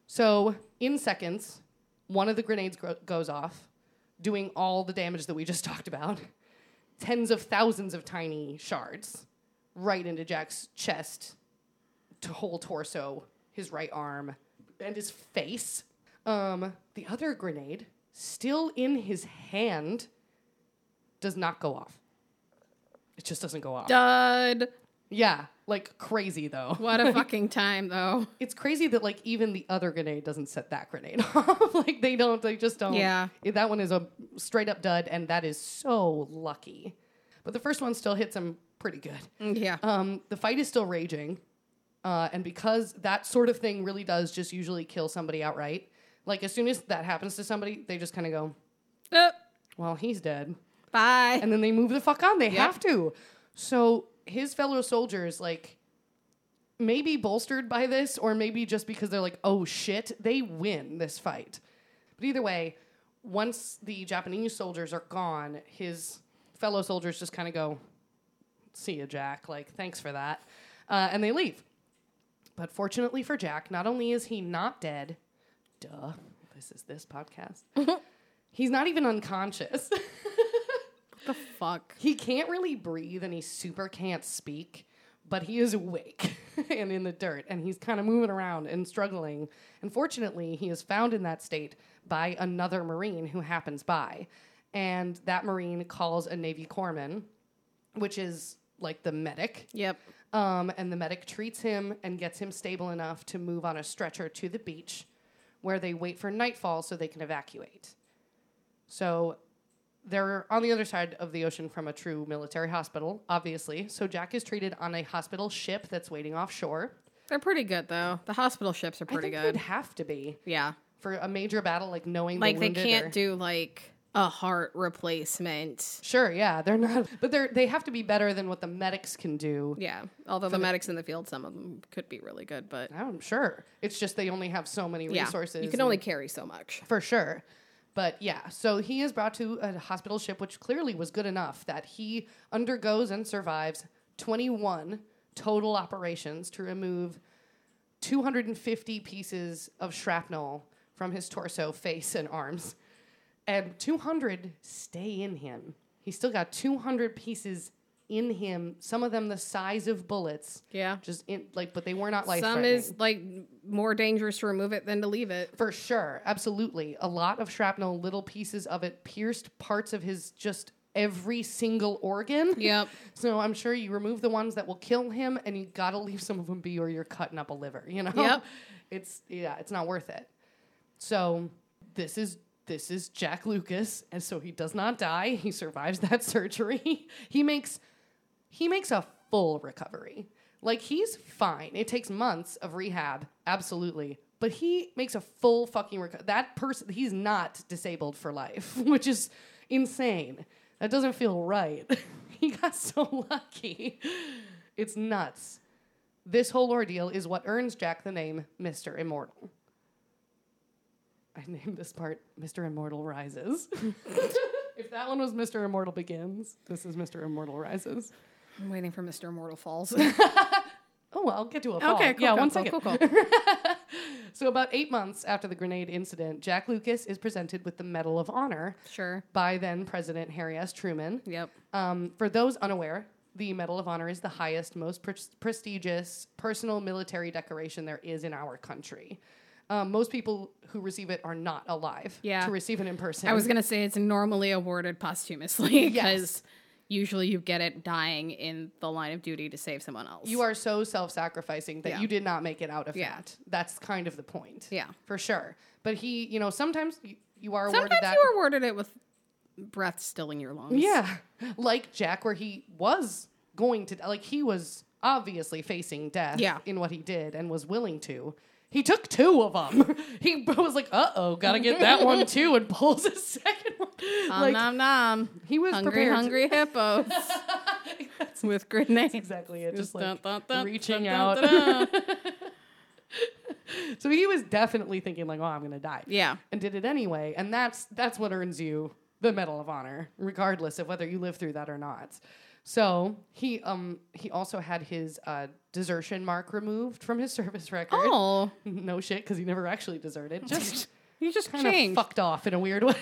[SPEAKER 1] So, in seconds, one of the grenades gro- goes off, doing all the damage that we just talked about. Tens of thousands of tiny shards right into Jack's chest, to whole torso, his right arm, and his face. Um, the other grenade, still in his hand, does not go off. It just doesn't go off.
[SPEAKER 2] Dud.
[SPEAKER 1] Yeah, like crazy though.
[SPEAKER 2] What a fucking time, though.
[SPEAKER 1] it's crazy that like even the other grenade doesn't set that grenade off. like they don't, they just don't.
[SPEAKER 2] Yeah.
[SPEAKER 1] It- That one is a straight up dud, and that is so lucky. But the first one still hits him pretty good.
[SPEAKER 2] Yeah.
[SPEAKER 1] Um, the fight is still raging, uh, and because that sort of thing really does just usually kill somebody outright. Like as soon as that happens to somebody, they just kind of go,
[SPEAKER 2] Uh,
[SPEAKER 1] "Well, he's dead."
[SPEAKER 2] bye.
[SPEAKER 1] and then they move the fuck on. They
[SPEAKER 2] Yep.
[SPEAKER 1] have to. So his fellow soldiers, like, maybe bolstered by this, or maybe just because they're like, oh shit, they win this fight. But either way, once the Japanese soldiers are gone, his fellow soldiers just kind of go, see you, Jack. Like, thanks for that. Uh, and they leave. But fortunately for Jack, not only is he not dead, duh, this is this podcast, he's not even unconscious.
[SPEAKER 2] the fuck?
[SPEAKER 1] He can't really breathe and he super can't speak, but he is awake and in the dirt and he's kind of moving around and struggling. And fortunately, he is found in that state by another Marine who happens by. And that Marine calls a Navy corpsman, which is like the medic.
[SPEAKER 2] Yep.
[SPEAKER 1] Um, and the medic treats him and gets him stable enough to move on a stretcher to the beach where they wait for nightfall so they can evacuate. So they're on the other side of the ocean from a true military hospital, obviously. So Jack is treated on a hospital ship that's waiting offshore.
[SPEAKER 2] They're pretty good, though. The hospital ships are
[SPEAKER 1] I
[SPEAKER 2] pretty
[SPEAKER 1] think
[SPEAKER 2] good.
[SPEAKER 1] they'd have to be
[SPEAKER 2] Yeah.
[SPEAKER 1] for a major battle, like knowing
[SPEAKER 2] Like,
[SPEAKER 1] the
[SPEAKER 2] they
[SPEAKER 1] wounded
[SPEAKER 2] can't
[SPEAKER 1] are-
[SPEAKER 2] do, like, a heart replacement.
[SPEAKER 1] Sure, yeah, they're not, but they're they have to be better than what the medics can do.
[SPEAKER 2] Yeah, although the medics in the field, some of them could be really good, but
[SPEAKER 1] I'm sure it's just they only have so many
[SPEAKER 2] yeah,
[SPEAKER 1] resources.
[SPEAKER 2] you can
[SPEAKER 1] and-
[SPEAKER 2] only carry so much.
[SPEAKER 1] for sure. But yeah, so he is brought to a hospital ship, which clearly was good enough that he undergoes and survives 21 total operations to remove 250 pieces of shrapnel from his torso, face, and arms. And 200 stay in him. He still got 200 pieces in him, some of them the size of bullets.
[SPEAKER 2] Yeah,
[SPEAKER 1] Just in, like, but they were not life
[SPEAKER 2] some is like more dangerous to remove it than to leave it.
[SPEAKER 1] for sure, absolutely. A lot of shrapnel, little pieces of it pierced parts of his just every single organ.
[SPEAKER 2] Yep.
[SPEAKER 1] So I'm sure you remove the ones that will kill him and you got to leave some of them be or you're cutting up a liver, you know?
[SPEAKER 2] Yep.
[SPEAKER 1] It's yeah, it's not worth it. So this is this is Jack Lucas and so he does not die. He survives that surgery. he makes he makes a full recovery. Like he's fine. It takes months of rehab, absolutely. But he makes a full fucking recovery. That person, he's not disabled for life, which is insane. That doesn't feel right. he got so lucky. It's nuts. This whole ordeal is what earns Jack the name Mr. Immortal. I named this part Mr. Immortal Rises. if that one was Mr. Immortal Begins, this is Mr. Immortal Rises.
[SPEAKER 2] I'm waiting for Mr. Immortal Falls.
[SPEAKER 1] Oh, well, I'll get to a fall.
[SPEAKER 2] okay, cool,
[SPEAKER 1] yeah,
[SPEAKER 2] cool,
[SPEAKER 1] one second.
[SPEAKER 2] cool, cool, cool.
[SPEAKER 1] So, about eight months after the grenade incident, Jack Lucas is presented with the Medal of Honor
[SPEAKER 2] Sure.
[SPEAKER 1] by then President Harry S. Truman.
[SPEAKER 2] Yep.
[SPEAKER 1] Um, for those unaware, the Medal of Honor is the highest, most pres- prestigious personal military decoration there is in our country. Um, most people who receive it are not alive
[SPEAKER 2] Yeah.
[SPEAKER 1] to receive it in person.
[SPEAKER 2] I was gonna say it's normally awarded posthumously because
[SPEAKER 1] Mm-hmm. Yes.
[SPEAKER 2] usually you get it dying in the line of duty to save someone else.
[SPEAKER 1] you are so self-sacrificing that
[SPEAKER 2] Yeah.
[SPEAKER 1] you did not make it out of
[SPEAKER 2] Yeah.
[SPEAKER 1] that. That's kind of the point.
[SPEAKER 2] Yeah.
[SPEAKER 1] for sure. But he, you know, sometimes you, you are awarded
[SPEAKER 2] Sometimes
[SPEAKER 1] that.
[SPEAKER 2] you are awarded it with breath still in your lungs.
[SPEAKER 1] Yeah. Like Jack, where he was going to, like, he was obviously facing death
[SPEAKER 2] Yeah.
[SPEAKER 1] in what he did and was willing to. He took two of them. he was like, uh oh, gotta get that one too, and pulls his second one.
[SPEAKER 2] Nom
[SPEAKER 1] like,
[SPEAKER 2] nom nom.
[SPEAKER 1] he was
[SPEAKER 2] hungry,
[SPEAKER 1] prepared.
[SPEAKER 2] hungry hippos with grenades.
[SPEAKER 1] Exactly. It just
[SPEAKER 2] Dun,
[SPEAKER 1] like
[SPEAKER 2] dun, dun,
[SPEAKER 1] reaching
[SPEAKER 2] dun,
[SPEAKER 1] out.
[SPEAKER 2] dun, dun, dun.
[SPEAKER 1] so he was definitely thinking, like, oh, I'm gonna die.
[SPEAKER 2] yeah.
[SPEAKER 1] and did it anyway. And that's that's what earns you the Medal of Honor, regardless of whether you live through that or not. So he um he also had his uh, desertion mark removed from his service record.
[SPEAKER 2] Oh,
[SPEAKER 1] No shit, because he never actually deserted. Just
[SPEAKER 2] he just
[SPEAKER 1] kind of
[SPEAKER 2] changed.
[SPEAKER 1] fucked off in a weird way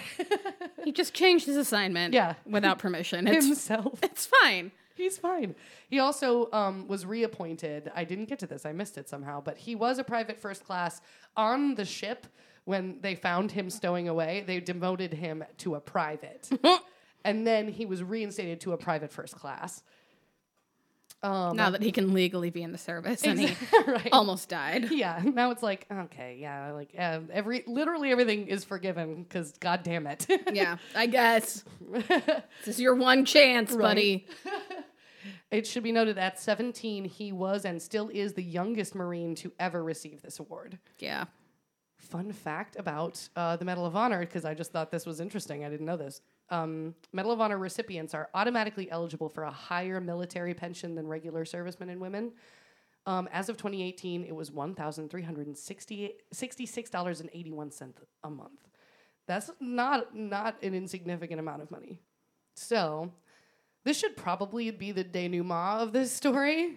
[SPEAKER 2] He just changed his assignment.
[SPEAKER 1] Yeah.
[SPEAKER 2] Without permission. It's,
[SPEAKER 1] himself.
[SPEAKER 2] it's fine.
[SPEAKER 1] He's fine. He also um, was reappointed. I didn't get to this. I missed it somehow. But he was a private first class on the ship when they found him stowing away. They demoted him to a private, and then he was reinstated to a private first class. Um,
[SPEAKER 2] now that he can legally be in the service and he Oh.
[SPEAKER 1] right.
[SPEAKER 2] almost died.
[SPEAKER 1] Yeah. Now it's like okay, yeah, like uh, every literally everything is forgiven because God damn it.
[SPEAKER 2] Yeah, I guess. this is your one chance, buddy.
[SPEAKER 1] It should be noted at 17, he was and still is the youngest Marine to ever receive this award.
[SPEAKER 2] Yeah.
[SPEAKER 1] fun fact about uh, the Medal of Honor because I just thought this was interesting. I didn't know this. Um, Medal of Honor recipients are automatically eligible for a higher military pension than regular servicemen and women. Um, as of 2018, it was $1,366.81 a month. That's not not an insignificant amount of money. So, this should probably be the denouement of this story.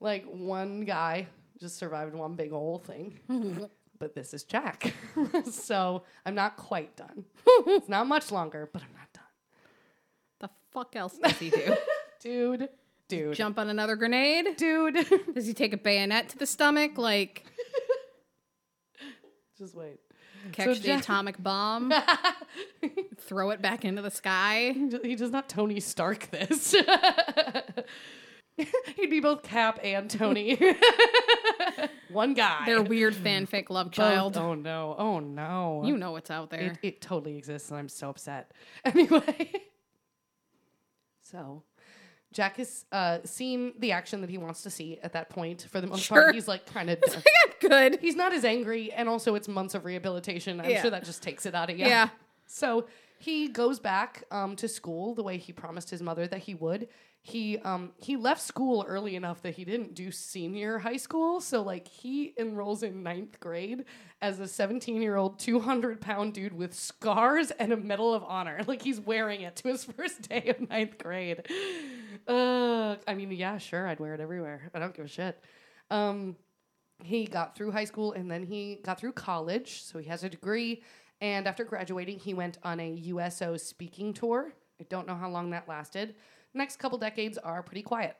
[SPEAKER 1] Like one guy just survived one big old thing but this is Jack. so I'm not quite done. it's not much longer, but I'm not done.
[SPEAKER 2] The fuck else does he do?
[SPEAKER 1] Dude, dude,
[SPEAKER 2] Jump on another grenade?
[SPEAKER 1] dude.
[SPEAKER 2] Does he take a bayonet to the stomach? Like
[SPEAKER 1] Just wait.
[SPEAKER 2] catch the
[SPEAKER 1] Jack-
[SPEAKER 2] atomic bomb? throw it back into the sky?
[SPEAKER 1] He d- He does not Tony Stark this. He'd be both Cap and Tony. One guy.
[SPEAKER 2] Their weird fanfic love
[SPEAKER 1] Both-
[SPEAKER 2] child.
[SPEAKER 1] Oh no. Oh no.
[SPEAKER 2] You know what's out there.
[SPEAKER 1] It, it totally exists, and I'm so upset. Anyway, so Jack has uh, seen the action that he wants to see at that point. For the most
[SPEAKER 2] Sure.
[SPEAKER 1] part, he's like kind of. done.
[SPEAKER 2] Good.
[SPEAKER 1] He's not as angry, and also it's months of rehabilitation. I'm
[SPEAKER 2] Yeah.
[SPEAKER 1] sure that just takes it out of you.
[SPEAKER 2] Yeah.
[SPEAKER 1] So he goes back um, to school the way he promised his mother that he would. He um, he left school early enough that he didn't do senior high school, so like he enrolls in ninth grade as a seventeen year old, two hundred pound dude with scars and a medal of honor. Like he's wearing it to his first day of ninth grade. Uh, I mean, yeah, sure, I'd wear it everywhere. I don't give a shit. Um, he got through high school and then he got through college, so he has a degree. And after graduating, he went on a USO speaking tour. I don't know how long that lasted. Next couple decades are pretty quiet,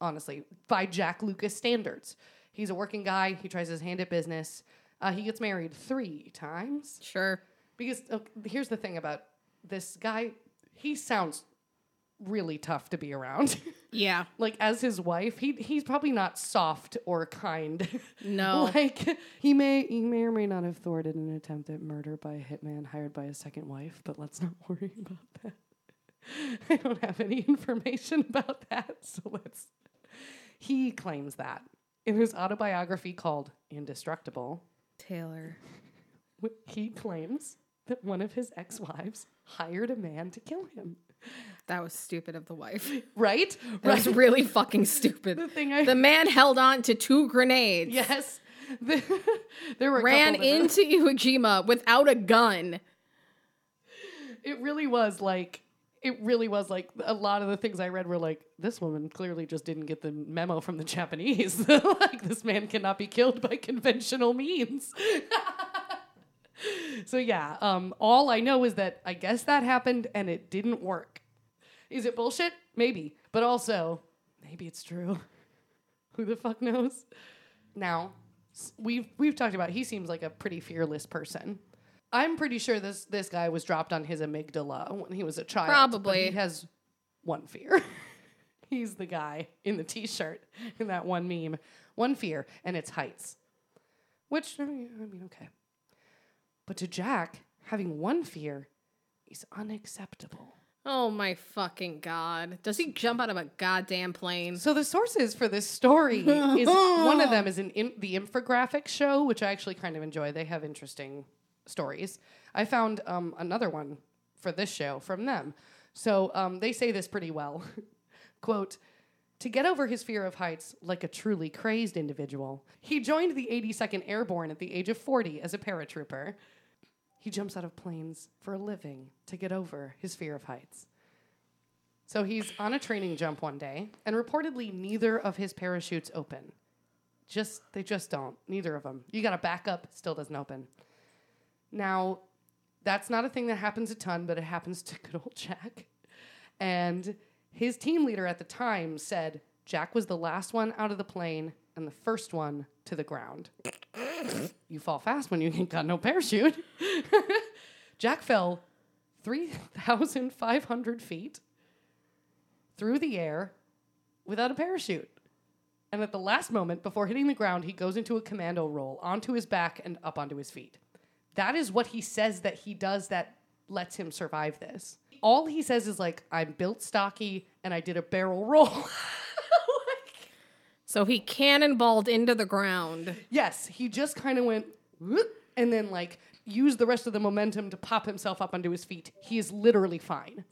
[SPEAKER 1] honestly, by Jack Lucas standards. He's a working guy. He tries his hand at business. Uh, he gets married three times
[SPEAKER 2] Sure.
[SPEAKER 1] because uh, here's the thing about this guy. He sounds really tough to be around.
[SPEAKER 2] Yeah.
[SPEAKER 1] like as his wife, he he's probably not soft or kind.
[SPEAKER 2] No.
[SPEAKER 1] Like he may he may or may not have thwarted an attempt at murder by a hitman hired by his second wife, but let's not worry about that. I don't have any information about that, so let's He claims that in his autobiography called Indestructible,
[SPEAKER 2] Taylor.
[SPEAKER 1] wh- he claims that one of his ex-wives hired a man to kill him.
[SPEAKER 2] That was stupid of the wife.
[SPEAKER 1] Right?
[SPEAKER 2] That was really fucking stupid.
[SPEAKER 1] The thing I
[SPEAKER 2] The man held on to two grenades,
[SPEAKER 1] Yes. The- there were a
[SPEAKER 2] ran
[SPEAKER 1] couple that-
[SPEAKER 2] into Iwo Jima without a gun.
[SPEAKER 1] it really was like it really was like a lot of the things I read were like this woman clearly just didn't get the memo from the Japanese. like this man cannot be killed by conventional means. so yeah, um, all I know is that I guess that happened and it didn't work. Is it bullshit? Maybe, but also maybe it's true. Who the fuck knows? Now s- we've we've talked about. He seems like a pretty fearless person. I'm pretty sure this this guy was dropped on his amygdala when he was a child. but
[SPEAKER 2] Probably.
[SPEAKER 1] he has one fear. He's the guy in the t-shirt in that one meme. One fear, and it's heights. Which I mean, I mean okay. But to Jack, having one fear is unacceptable.
[SPEAKER 2] Oh my fucking god. Does he jump out of a goddamn plane?
[SPEAKER 1] So the sources for this story is one of them is an in, the infographic show, which I actually kind of enjoy. They have interesting stories. I found um, another one for this show from them. So um, they say this pretty well. Quote. To get over his fear of heights like a truly crazed individual, he joined the 82nd Airborne at the age of 40 as a paratrooper. He jumps out of planes for a living to get over his fear of heights. So he's on a training jump one day, and reportedly neither of his parachutes open. Just they just don't. Neither of them. You got to back up. Still doesn't open. Now, that's not a thing that happens a ton, but it happens to good old Jack. And his team leader at the time said Jack was the last one out of the plane and the first one to the ground. you fall fast when you ain't got no parachute. Jack fell 3,500 feet through the air without a parachute. And at the last moment, before hitting the ground, he goes into a commando roll onto his back and up onto his feet. That is what he says that he does that lets him survive this. All he says is like, I'm built stocky and I did a barrel roll. Like,
[SPEAKER 2] So he cannonballed into the ground.
[SPEAKER 1] yes, he just kind of went "Whoop," and then like used the rest of the momentum to pop himself up onto his feet. He is literally fine.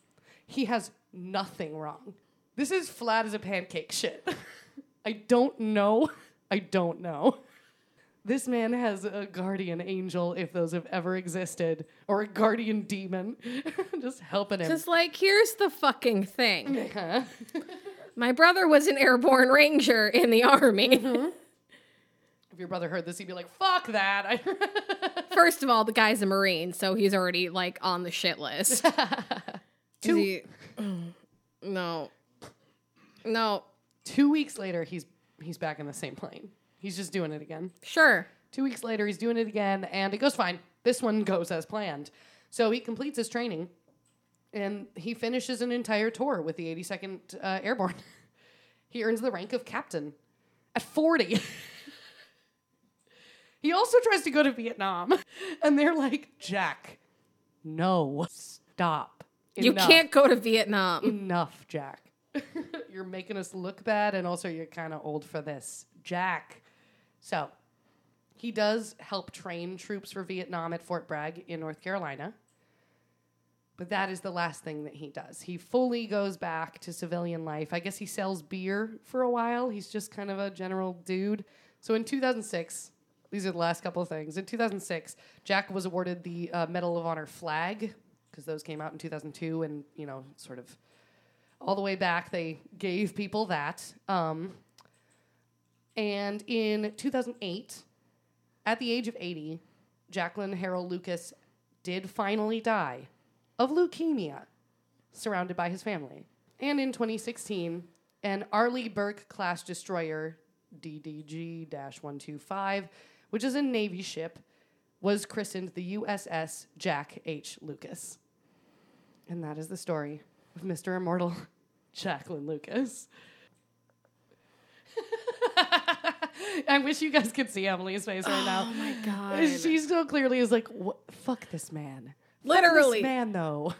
[SPEAKER 1] He has nothing wrong. This is flat as a pancake shit. I don't know. I don't know. This man has a guardian angel, if those have ever existed, or a guardian demon, just helping him.
[SPEAKER 2] Just like, here's the fucking thing. My brother was an airborne ranger in the army.
[SPEAKER 1] if your brother heard this, he'd be like, "Fuck that!" I-
[SPEAKER 2] First of all, the guy's a Marine, so he's already like on the shit list. Is he- no. No.
[SPEAKER 1] Two weeks later, he's he's back in the same plane. He's just doing it again.
[SPEAKER 2] Sure.
[SPEAKER 1] Two weeks later, he's doing it again, and it goes fine. This one goes as planned. So he completes his training, and he finishes an entire tour with the 82nd uh, Airborne. he earns the rank of captain at 40. he also tries to go to Vietnam, and they're like, Jack, no, stop.
[SPEAKER 2] You
[SPEAKER 1] Enough.
[SPEAKER 2] can't go to Vietnam.
[SPEAKER 1] Enough, Jack. you're making us look bad, and also you're kind of old for this, Jack. So, he does help train troops for Vietnam at Fort Bragg in North Carolina. But that is the last thing that he does. He fully goes back to civilian life. I guess he sells beer for a while. He's just kind of a general dude. So in 2006, these are the last couple of things. In 2006, Jack was awarded the uh, Medal of Honor flag because those came out in 2002 and, you know, sort of all the way back they gave people that. Um, and in 2008, at the age of 80, Jacqueline Harold Lucas did finally die of leukemia, surrounded by his family. And in 2016, an Arleigh Burke class destroyer, DDG 125, which is a Navy ship, was christened the USS Jack H. Lucas. And that is the story of Mr. Immortal Jacqueline Lucas. I wish you guys could see Emily's face right now.
[SPEAKER 2] Oh my god.
[SPEAKER 1] She so clearly is like, "Wha- fuck this man. Fuck this
[SPEAKER 2] Literally.
[SPEAKER 1] man, though.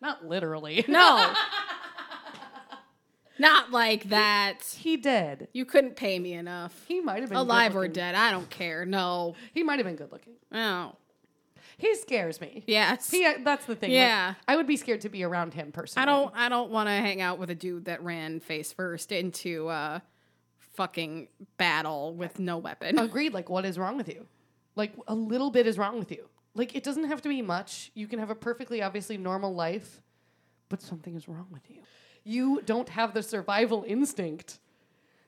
[SPEAKER 1] Not literally.
[SPEAKER 2] No. Not like that.
[SPEAKER 1] He did.
[SPEAKER 2] You couldn't pay me enough.
[SPEAKER 1] He might have been
[SPEAKER 2] Alive or
[SPEAKER 1] good-looking.
[SPEAKER 2] dead, I don't care. No.
[SPEAKER 1] He might have been good looking.
[SPEAKER 2] Oh.
[SPEAKER 1] He scares me.
[SPEAKER 2] Yes.
[SPEAKER 1] He, uh, that's the thing. like,
[SPEAKER 2] Yeah.
[SPEAKER 1] I would be scared to be around him personally.
[SPEAKER 2] I don't I don't want to hang out with a dude that ran face first into a fucking battle with no weapon.
[SPEAKER 1] agreed. Like, what is wrong with you? Like, a little bit is wrong with you. Like, it doesn't have to be much. You can have a perfectly, obviously normal life, but something is wrong with you. You don't have the survival instinct.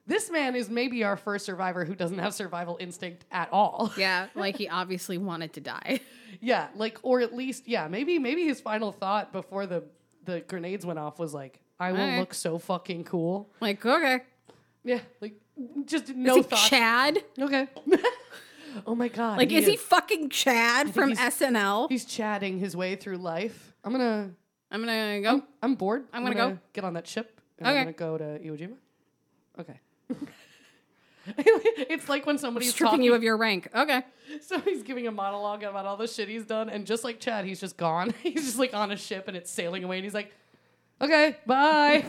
[SPEAKER 1] This man is maybe our first survivor who doesn't have survival instinct at all.
[SPEAKER 2] yeah, like he obviously wanted to die.
[SPEAKER 1] Yeah, like or at least yeah, maybe maybe his final thought before the the grenades went off was like, I will
[SPEAKER 2] Alright.
[SPEAKER 1] look so fucking cool.
[SPEAKER 2] Like, okay.
[SPEAKER 1] Yeah, like just no
[SPEAKER 2] is he
[SPEAKER 1] thought.
[SPEAKER 2] Chad?
[SPEAKER 1] okay. oh my god.
[SPEAKER 2] Like, is he fucking Chad from
[SPEAKER 1] he's-
[SPEAKER 2] SNL?
[SPEAKER 1] He's chatting his way through life. I'm gonna
[SPEAKER 2] I'm gonna go.
[SPEAKER 1] I'm bored. I'm
[SPEAKER 2] gonna go.
[SPEAKER 1] get on that ship. And
[SPEAKER 2] Okay.
[SPEAKER 1] I'm gonna go to Iwo Jima. Okay. it's like when somebody's
[SPEAKER 2] Stripping
[SPEAKER 1] talking,
[SPEAKER 2] you of your rank. Okay.
[SPEAKER 1] so he's giving a monologue about all the shit he's done, and just like Chad, he's just gone. He's just like on a ship and it's sailing away, and he's like, "Okay, bye."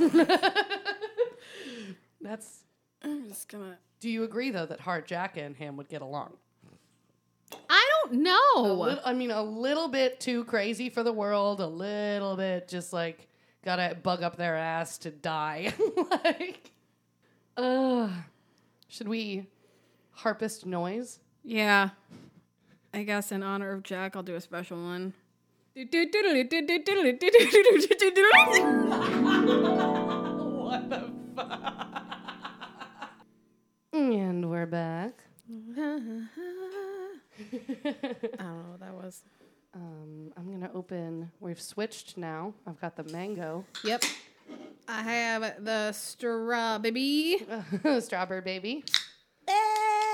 [SPEAKER 1] That's.
[SPEAKER 2] I'm just gonna.
[SPEAKER 1] Do you agree though that Hart Jack and him would get along?
[SPEAKER 2] I don't
[SPEAKER 1] A
[SPEAKER 2] know.
[SPEAKER 1] lit- I mean, a little bit too crazy for the world, a little bit just like gotta bug up their ass to die. like, uh, should we harpist noise?
[SPEAKER 2] Yeah. I guess in honor of Jack, I'll do a special one. What
[SPEAKER 1] What the fuck? And we're back.
[SPEAKER 2] I don't know what that was.
[SPEAKER 1] Um, I'm gonna open. We've switched now. I've got the mango
[SPEAKER 2] Yep. I have the strawberry.
[SPEAKER 1] strawberry baby.
[SPEAKER 2] Are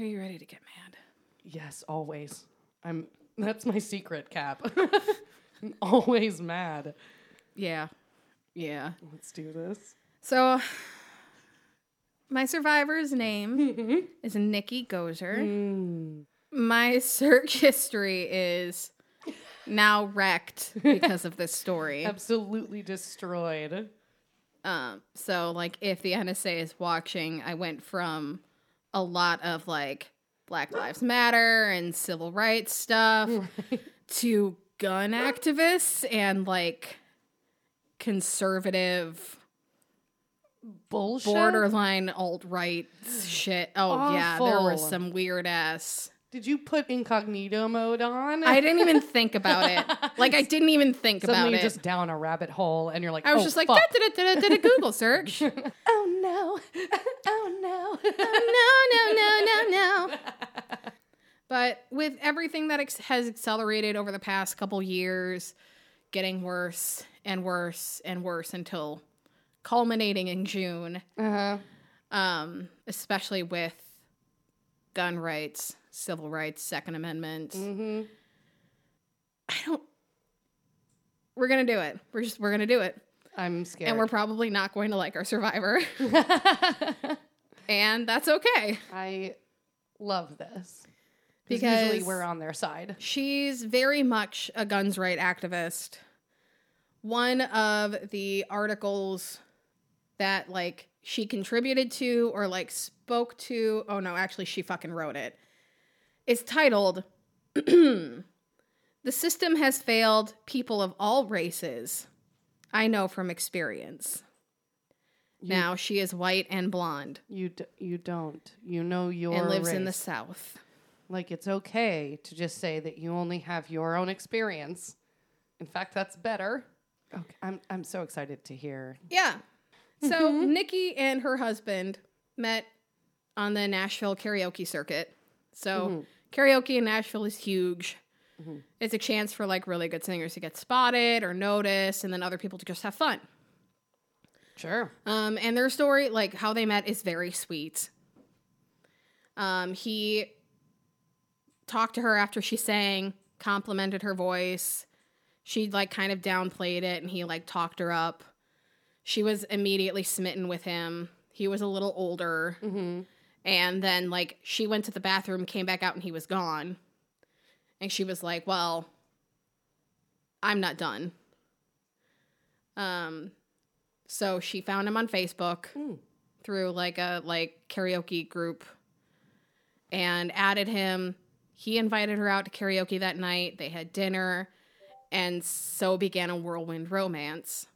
[SPEAKER 2] you ready to get mad?
[SPEAKER 1] Yes, always. I'm. That's my secret cap. I'm always mad.
[SPEAKER 2] Yeah. Yeah.
[SPEAKER 1] Let's do this.
[SPEAKER 2] So, my survivor's name is Nikki Gozer. Hmm. My search history is now wrecked because of this story.
[SPEAKER 1] Absolutely destroyed.
[SPEAKER 2] Um, so, like, if the NSA is watching, I went from a lot of like Black Lives Matter and civil rights stuff to gun activists and like conservative
[SPEAKER 1] Bullshit.
[SPEAKER 2] borderline alt right shit. Oh yeah, there
[SPEAKER 1] Awful.
[SPEAKER 2] was some weird ass.
[SPEAKER 1] Did you put incognito mode on?
[SPEAKER 2] I didn't even think about it. Like I didn't even think
[SPEAKER 1] Suddenly
[SPEAKER 2] about
[SPEAKER 1] you're
[SPEAKER 2] it.
[SPEAKER 1] just down a rabbit hole, and you're like,
[SPEAKER 2] I was
[SPEAKER 1] oh,
[SPEAKER 2] just like,
[SPEAKER 1] fuck.
[SPEAKER 2] da, da, da, da, da, da, Google search. no,
[SPEAKER 1] oh no, oh no.
[SPEAKER 2] no, no, no, no. But with everything that ex- has accelerated over the past couple years, getting worse and worse and worse until culminating in June,
[SPEAKER 1] Uh huh.
[SPEAKER 2] um, especially with gun rights, civil rights, Second Amendment.
[SPEAKER 1] Mm-hmm.
[SPEAKER 2] I don't. We're gonna do it. We're just we're gonna do it,
[SPEAKER 1] I'm scared.
[SPEAKER 2] and we're probably not going to like our survivor, and that's okay.
[SPEAKER 1] I love this because
[SPEAKER 2] Because-
[SPEAKER 1] usually we're on their side.
[SPEAKER 2] She's very much a guns right activist. One of the articles that like she contributed to or like spoke to, oh no, actually she fucking wrote it. It's titled The The system has failed people of all races. I know from experience. now she is white and blonde
[SPEAKER 1] You d- you don't. You know your
[SPEAKER 2] and lives
[SPEAKER 1] race.
[SPEAKER 2] in the South.
[SPEAKER 1] Like it's okay to just say that you only have your own experience. In fact, that's better. Okay. I'm I'm so excited to hear.
[SPEAKER 2] Yeah. So Nikki and her husband met on the Nashville karaoke circuit. So karaoke in Nashville is huge. It's a chance for like really good singers to get spotted or noticed, and then other people to just have fun.
[SPEAKER 1] Sure.
[SPEAKER 2] Um, and their story, like how they met, is very sweet. Um, he talked to her after she sang, complimented her voice. She like kind of downplayed it, and he like talked her up. She was immediately smitten with him. He was a little older, and then like she went to the bathroom, came back out, and he was gone. And she was like, "Well, I'm not done." Um, so she found him on Facebook
[SPEAKER 1] Hmm.
[SPEAKER 2] through like a like karaoke group and added him. He invited her out to karaoke that night. They had dinner and so began a whirlwind romance.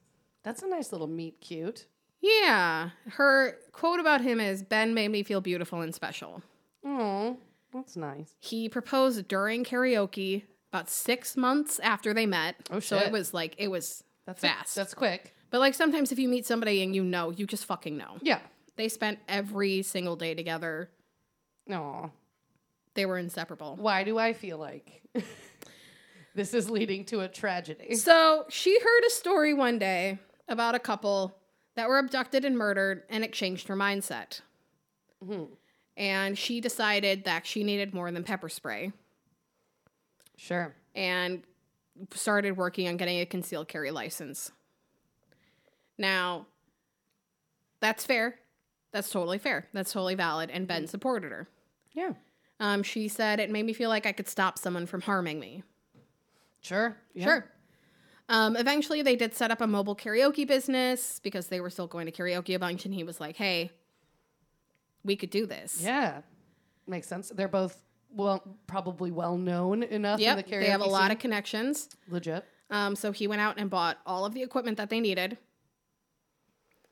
[SPEAKER 1] That's a nice little meet cute.
[SPEAKER 2] Yeah, her quote about him is Ben made me feel beautiful and special.
[SPEAKER 1] Oh, that's nice.
[SPEAKER 2] He proposed during karaoke about 6 months after they met.
[SPEAKER 1] Oh,
[SPEAKER 2] So it
[SPEAKER 1] shit.
[SPEAKER 2] was like it was
[SPEAKER 1] That's
[SPEAKER 2] fast.
[SPEAKER 1] that's quick.
[SPEAKER 2] but like sometimes if you meet somebody and you know, you just fucking know.
[SPEAKER 1] Yeah.
[SPEAKER 2] They spent every single day together.
[SPEAKER 1] No.
[SPEAKER 2] They were inseparable.
[SPEAKER 1] Why do I feel like this is leading to a tragedy?
[SPEAKER 2] So she heard a story one day about a couple that were abducted and murdered, and it changed her mindset. And she decided that she needed more than pepper spray
[SPEAKER 1] Sure.
[SPEAKER 2] and started working on getting a concealed carry license. Now, that's fair. That's totally fair. That's totally valid. And Ben supported her.
[SPEAKER 1] Yeah.
[SPEAKER 2] Um, she said, It made me feel like I could stop someone from harming me.
[SPEAKER 1] Sure. Yeah.
[SPEAKER 2] Sure. Um, eventually, they did set up a mobile karaoke business because they were still going to karaoke a bunch, and he was like, "Hey, we could do this."
[SPEAKER 1] Yeah. Makes sense. They're both well probably well known enough in the
[SPEAKER 2] Yep.
[SPEAKER 1] karaoke.
[SPEAKER 2] They have a lot
[SPEAKER 1] scene.
[SPEAKER 2] of connections.
[SPEAKER 1] legit.
[SPEAKER 2] Um, so he went out and bought all of the equipment that they needed,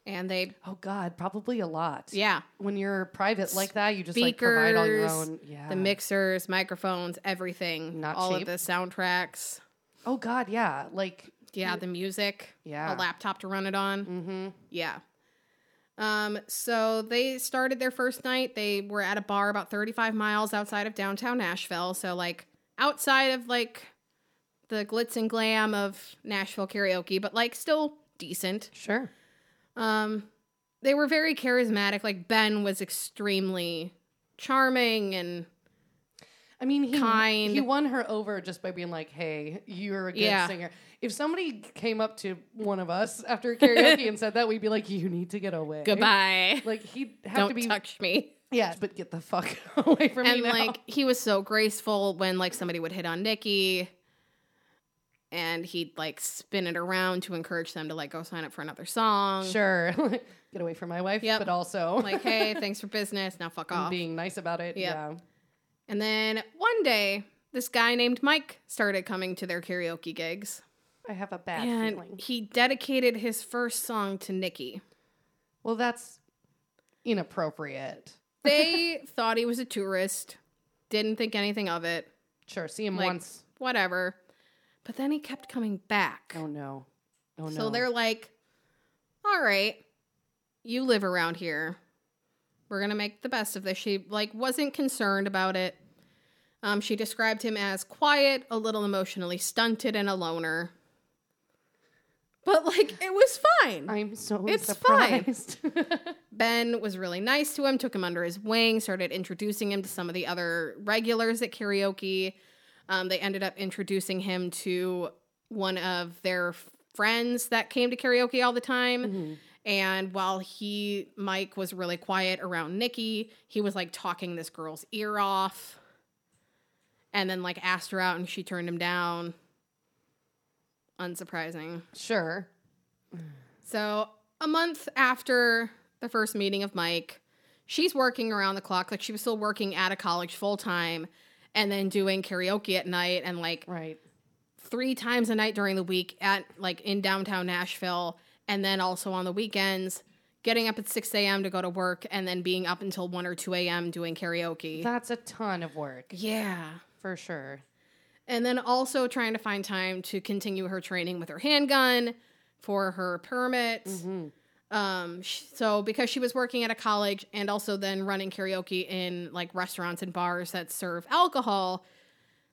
[SPEAKER 2] and they,
[SPEAKER 1] Oh God, probably a lot.
[SPEAKER 2] yeah,
[SPEAKER 1] When you're private like that, you just like provide all your
[SPEAKER 2] Speakers,
[SPEAKER 1] own. Yeah.
[SPEAKER 2] the mixers, microphones, everything,
[SPEAKER 1] Not
[SPEAKER 2] all
[SPEAKER 1] cheap.
[SPEAKER 2] of the soundtracks.
[SPEAKER 1] Oh God, yeah. Like
[SPEAKER 2] Yeah, the music.
[SPEAKER 1] Yeah.
[SPEAKER 2] A laptop to run it on. Mm-hmm. Yeah. Um, so they started their first night. They were at a bar about 35 miles outside of downtown Nashville. So like outside of like the glitz and glam of Nashville karaoke, but like still decent.
[SPEAKER 1] sure.
[SPEAKER 2] Um, they were very charismatic. Like Ben was extremely charming and
[SPEAKER 1] I mean, he
[SPEAKER 2] Kind.
[SPEAKER 1] he won her over just by being like, "Hey, you're a good
[SPEAKER 2] Yeah.
[SPEAKER 1] singer." If somebody came up to one of us after karaoke and said that, we'd be like, "You need to get away."
[SPEAKER 2] goodbye.
[SPEAKER 1] Like he'd have
[SPEAKER 2] Don't
[SPEAKER 1] to be
[SPEAKER 2] touch me.
[SPEAKER 1] yeah, but get the fuck away from
[SPEAKER 2] and
[SPEAKER 1] me now.
[SPEAKER 2] like he was so graceful when like somebody would hit on Nikki and he'd like spin it around to encourage them to like go sign up for another song.
[SPEAKER 1] sure, get away from my wife,
[SPEAKER 2] Yep.
[SPEAKER 1] but also
[SPEAKER 2] Like, hey, thanks for business. Now fuck off.
[SPEAKER 1] being nice about it.
[SPEAKER 2] Yep.
[SPEAKER 1] Yeah.
[SPEAKER 2] and then one day, this guy named Mike started coming to their karaoke gigs.
[SPEAKER 1] I have a bad
[SPEAKER 2] and
[SPEAKER 1] feeling.
[SPEAKER 2] he dedicated his first song to Nikki.
[SPEAKER 1] Well, that's inappropriate.
[SPEAKER 2] They thought he was a tourist, didn't think anything of it,
[SPEAKER 1] Sure, see him
[SPEAKER 2] Like-
[SPEAKER 1] once.
[SPEAKER 2] whatever. But then he kept coming back.
[SPEAKER 1] Oh no. Oh no.
[SPEAKER 2] So they're like, all right, you live around here. We're going to make the best of this. She like wasn't concerned about it. Um, she described him as quiet, a little emotionally stunted, and a loner. But like it was fine.
[SPEAKER 1] I'm so
[SPEAKER 2] It's fine.
[SPEAKER 1] surprised.
[SPEAKER 2] Ben was really nice to him, took him under his wing, started introducing him to some of the other regulars at karaoke. Um, they ended up introducing him to one of their f- friends that came to karaoke all the time. And while he, Mike, was really quiet around Nikki, he was like talking this girl's ear off and then like asked her out and she turned him down. Unsurprising.
[SPEAKER 1] sure.
[SPEAKER 2] So a month after the first meeting of Mike, she's working around the clock. Like she was still working at a college full time and then doing karaoke at night and like
[SPEAKER 1] Right.
[SPEAKER 2] three times a night during the week at like in downtown Nashville and then also on the weekends, getting up at 6 a.m. to go to work and then being up until 1 or 2 a.m. doing karaoke.
[SPEAKER 1] That's a ton of work
[SPEAKER 2] yeah.
[SPEAKER 1] for sure.
[SPEAKER 2] And then also trying to find time to continue her training with her handgun for her permit. Um, sh- so because she was working at a college and also then running karaoke in like restaurants and bars that serve alcohol,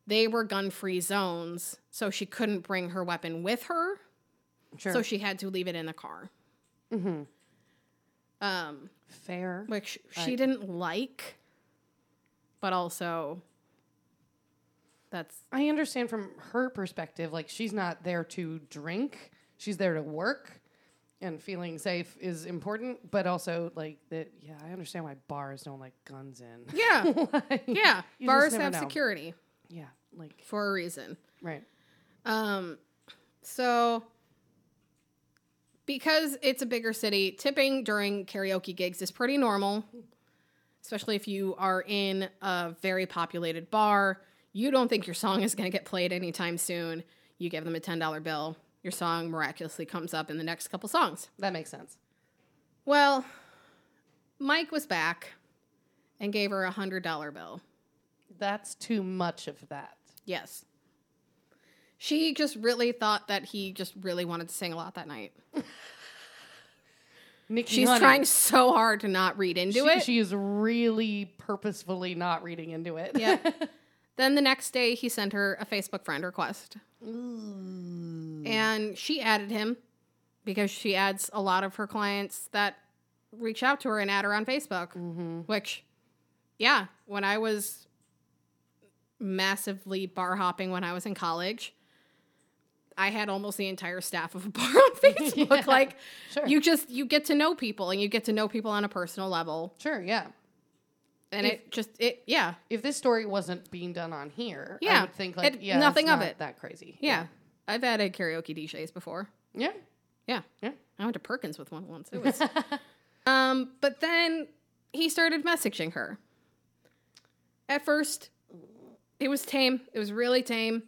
[SPEAKER 2] they were gun free zones. So she couldn't bring her weapon with her.
[SPEAKER 1] Sure.
[SPEAKER 2] So she had to leave it in the car. Mm-hmm. Um,
[SPEAKER 1] Fair.
[SPEAKER 2] which she didn't like, but also that's
[SPEAKER 1] I understand from her perspective, like she's not there to drink, she's there to work, and feeling safe is important. But also, like that, yeah, I understand why bars don't like guns in.
[SPEAKER 2] yeah.
[SPEAKER 1] Like,
[SPEAKER 2] Yeah,
[SPEAKER 1] you just
[SPEAKER 2] bars
[SPEAKER 1] never
[SPEAKER 2] have
[SPEAKER 1] know.
[SPEAKER 2] security
[SPEAKER 1] Yeah, like
[SPEAKER 2] for a reason.
[SPEAKER 1] right.
[SPEAKER 2] Um, so because it's a bigger city, tipping during karaoke gigs is pretty normal, especially if you are in a very populated bar. You don't think your song is going to get played anytime soon. You give them a $10 bill. Your song miraculously comes up in the next couple songs.
[SPEAKER 1] That makes sense.
[SPEAKER 2] Well, Mike was back and gave her a $100 bill.
[SPEAKER 1] That's too much of that.
[SPEAKER 2] Yes. She just really thought that he just really wanted to sing a lot that night.
[SPEAKER 1] Nikki
[SPEAKER 2] She's
[SPEAKER 1] Honey,
[SPEAKER 2] trying so hard to not read into
[SPEAKER 1] she,
[SPEAKER 2] it.
[SPEAKER 1] She is really purposefully not reading into it.
[SPEAKER 2] yeah. then the next day, he sent her a Facebook friend request. And she added him because she adds a lot of her clients that reach out to her and add her on Facebook.
[SPEAKER 1] Mm-hmm.
[SPEAKER 2] Which, yeah, when I was massively bar hopping when I was in college, I had almost the entire staff of a bar on Facebook.
[SPEAKER 1] Yeah,
[SPEAKER 2] like,
[SPEAKER 1] sure.
[SPEAKER 2] you just you get to know people and you get to know people on a personal level,
[SPEAKER 1] Sure, yeah.
[SPEAKER 2] and it just it yeah
[SPEAKER 1] If this story wasn't being done on here, I
[SPEAKER 2] Yeah.
[SPEAKER 1] would think like
[SPEAKER 2] It-
[SPEAKER 1] yeah,
[SPEAKER 2] nothing
[SPEAKER 1] it's
[SPEAKER 2] of
[SPEAKER 1] not
[SPEAKER 2] it.
[SPEAKER 1] That crazy.
[SPEAKER 2] yeah. I've added karaoke DJs before.
[SPEAKER 1] Yeah.
[SPEAKER 2] Yeah,
[SPEAKER 1] Yeah.
[SPEAKER 2] I went to Perkins with one once. It was. um, but then he started messaging her. At first, it was tame. It was really tame.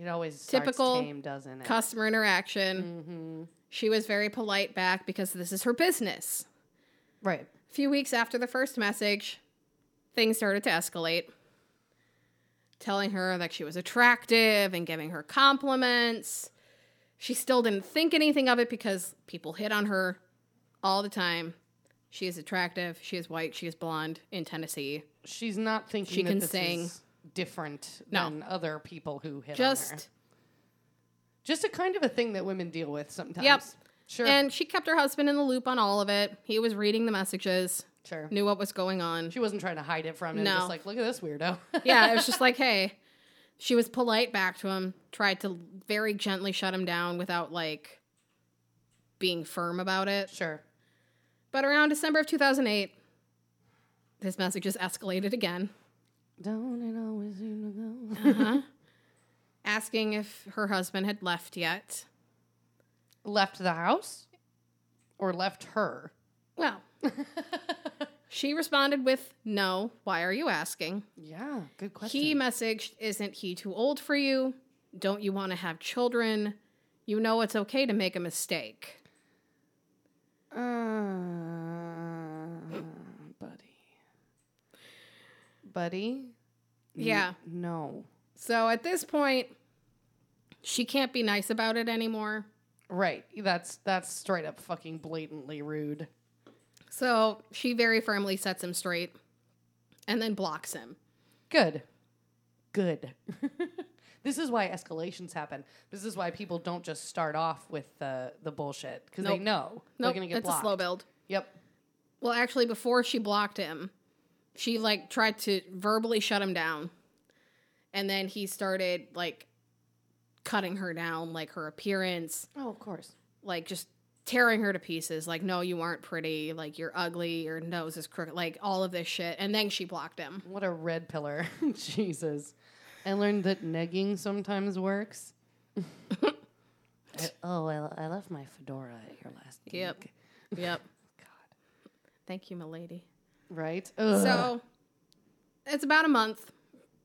[SPEAKER 1] It always
[SPEAKER 2] Typical
[SPEAKER 1] starts tame, doesn't it?
[SPEAKER 2] Customer interaction. She was very polite back because this is her business.
[SPEAKER 1] right.
[SPEAKER 2] A few weeks after the first message, things started to escalate. Telling her that she was attractive and giving her compliments. She still didn't think anything of it because people hit on her all the time. She is attractive. She is white. She is blonde in Tennessee.
[SPEAKER 1] She's not thinking
[SPEAKER 2] She
[SPEAKER 1] that
[SPEAKER 2] can
[SPEAKER 1] this
[SPEAKER 2] sing.
[SPEAKER 1] is different
[SPEAKER 2] No.
[SPEAKER 1] than other people who hit on her.
[SPEAKER 2] Just,
[SPEAKER 1] Just a kind of a thing that women deal with sometimes. Sure.
[SPEAKER 2] and she kept her husband in the loop on all of it. He was reading the messages,
[SPEAKER 1] sure.
[SPEAKER 2] knew what was going on.
[SPEAKER 1] She wasn't trying to hide it from him.
[SPEAKER 2] No.
[SPEAKER 1] Just like, look at this weirdo.
[SPEAKER 2] yeah, it was just like, hey, she was polite back to him, tried to very gently shut him down without like being firm about it.
[SPEAKER 1] sure.
[SPEAKER 2] But around December of 2008, his messages escalated again,
[SPEAKER 1] Don't it always seem to
[SPEAKER 2] asking if her husband had left yet.
[SPEAKER 1] go? left the house or left her?
[SPEAKER 2] Well, she responded with, no, why are you asking?
[SPEAKER 1] Yeah. Good question.
[SPEAKER 2] He messaged, Isn't he too old for you? Don't you want to have children? You know it's okay to make a mistake.
[SPEAKER 1] Uh, buddy. Buddy?
[SPEAKER 2] Yeah.
[SPEAKER 1] No.
[SPEAKER 2] So at this point, she can't be nice about it anymore.
[SPEAKER 1] Right. That's that's straight up fucking blatantly rude.
[SPEAKER 2] So she very firmly sets him straight and then blocks him.
[SPEAKER 1] Good. Good. this is why escalations happen. This is why people don't just start off with the the bullshit because they
[SPEAKER 2] Nope.
[SPEAKER 1] know
[SPEAKER 2] No,
[SPEAKER 1] they're gonna get
[SPEAKER 2] it's
[SPEAKER 1] blocked.
[SPEAKER 2] a slow build.
[SPEAKER 1] Yep.
[SPEAKER 2] Well, actually, before she blocked him, she like tried to verbally shut him down, and then he started like cutting her down, like her appearance,
[SPEAKER 1] Oh, of course.
[SPEAKER 2] like just tearing her to pieces. Like, no, you aren't pretty. Like, you're ugly. Your nose is crooked. Like all of this shit. And then she blocked him.
[SPEAKER 1] What a red pillar. Jesus. I learned that negging sometimes works. I- oh, I, I left my fedora at your last
[SPEAKER 2] Yep.
[SPEAKER 1] gig.
[SPEAKER 2] Yep.
[SPEAKER 1] God.
[SPEAKER 2] Thank you, milady.
[SPEAKER 1] Right? Ugh.
[SPEAKER 2] So it's about a month.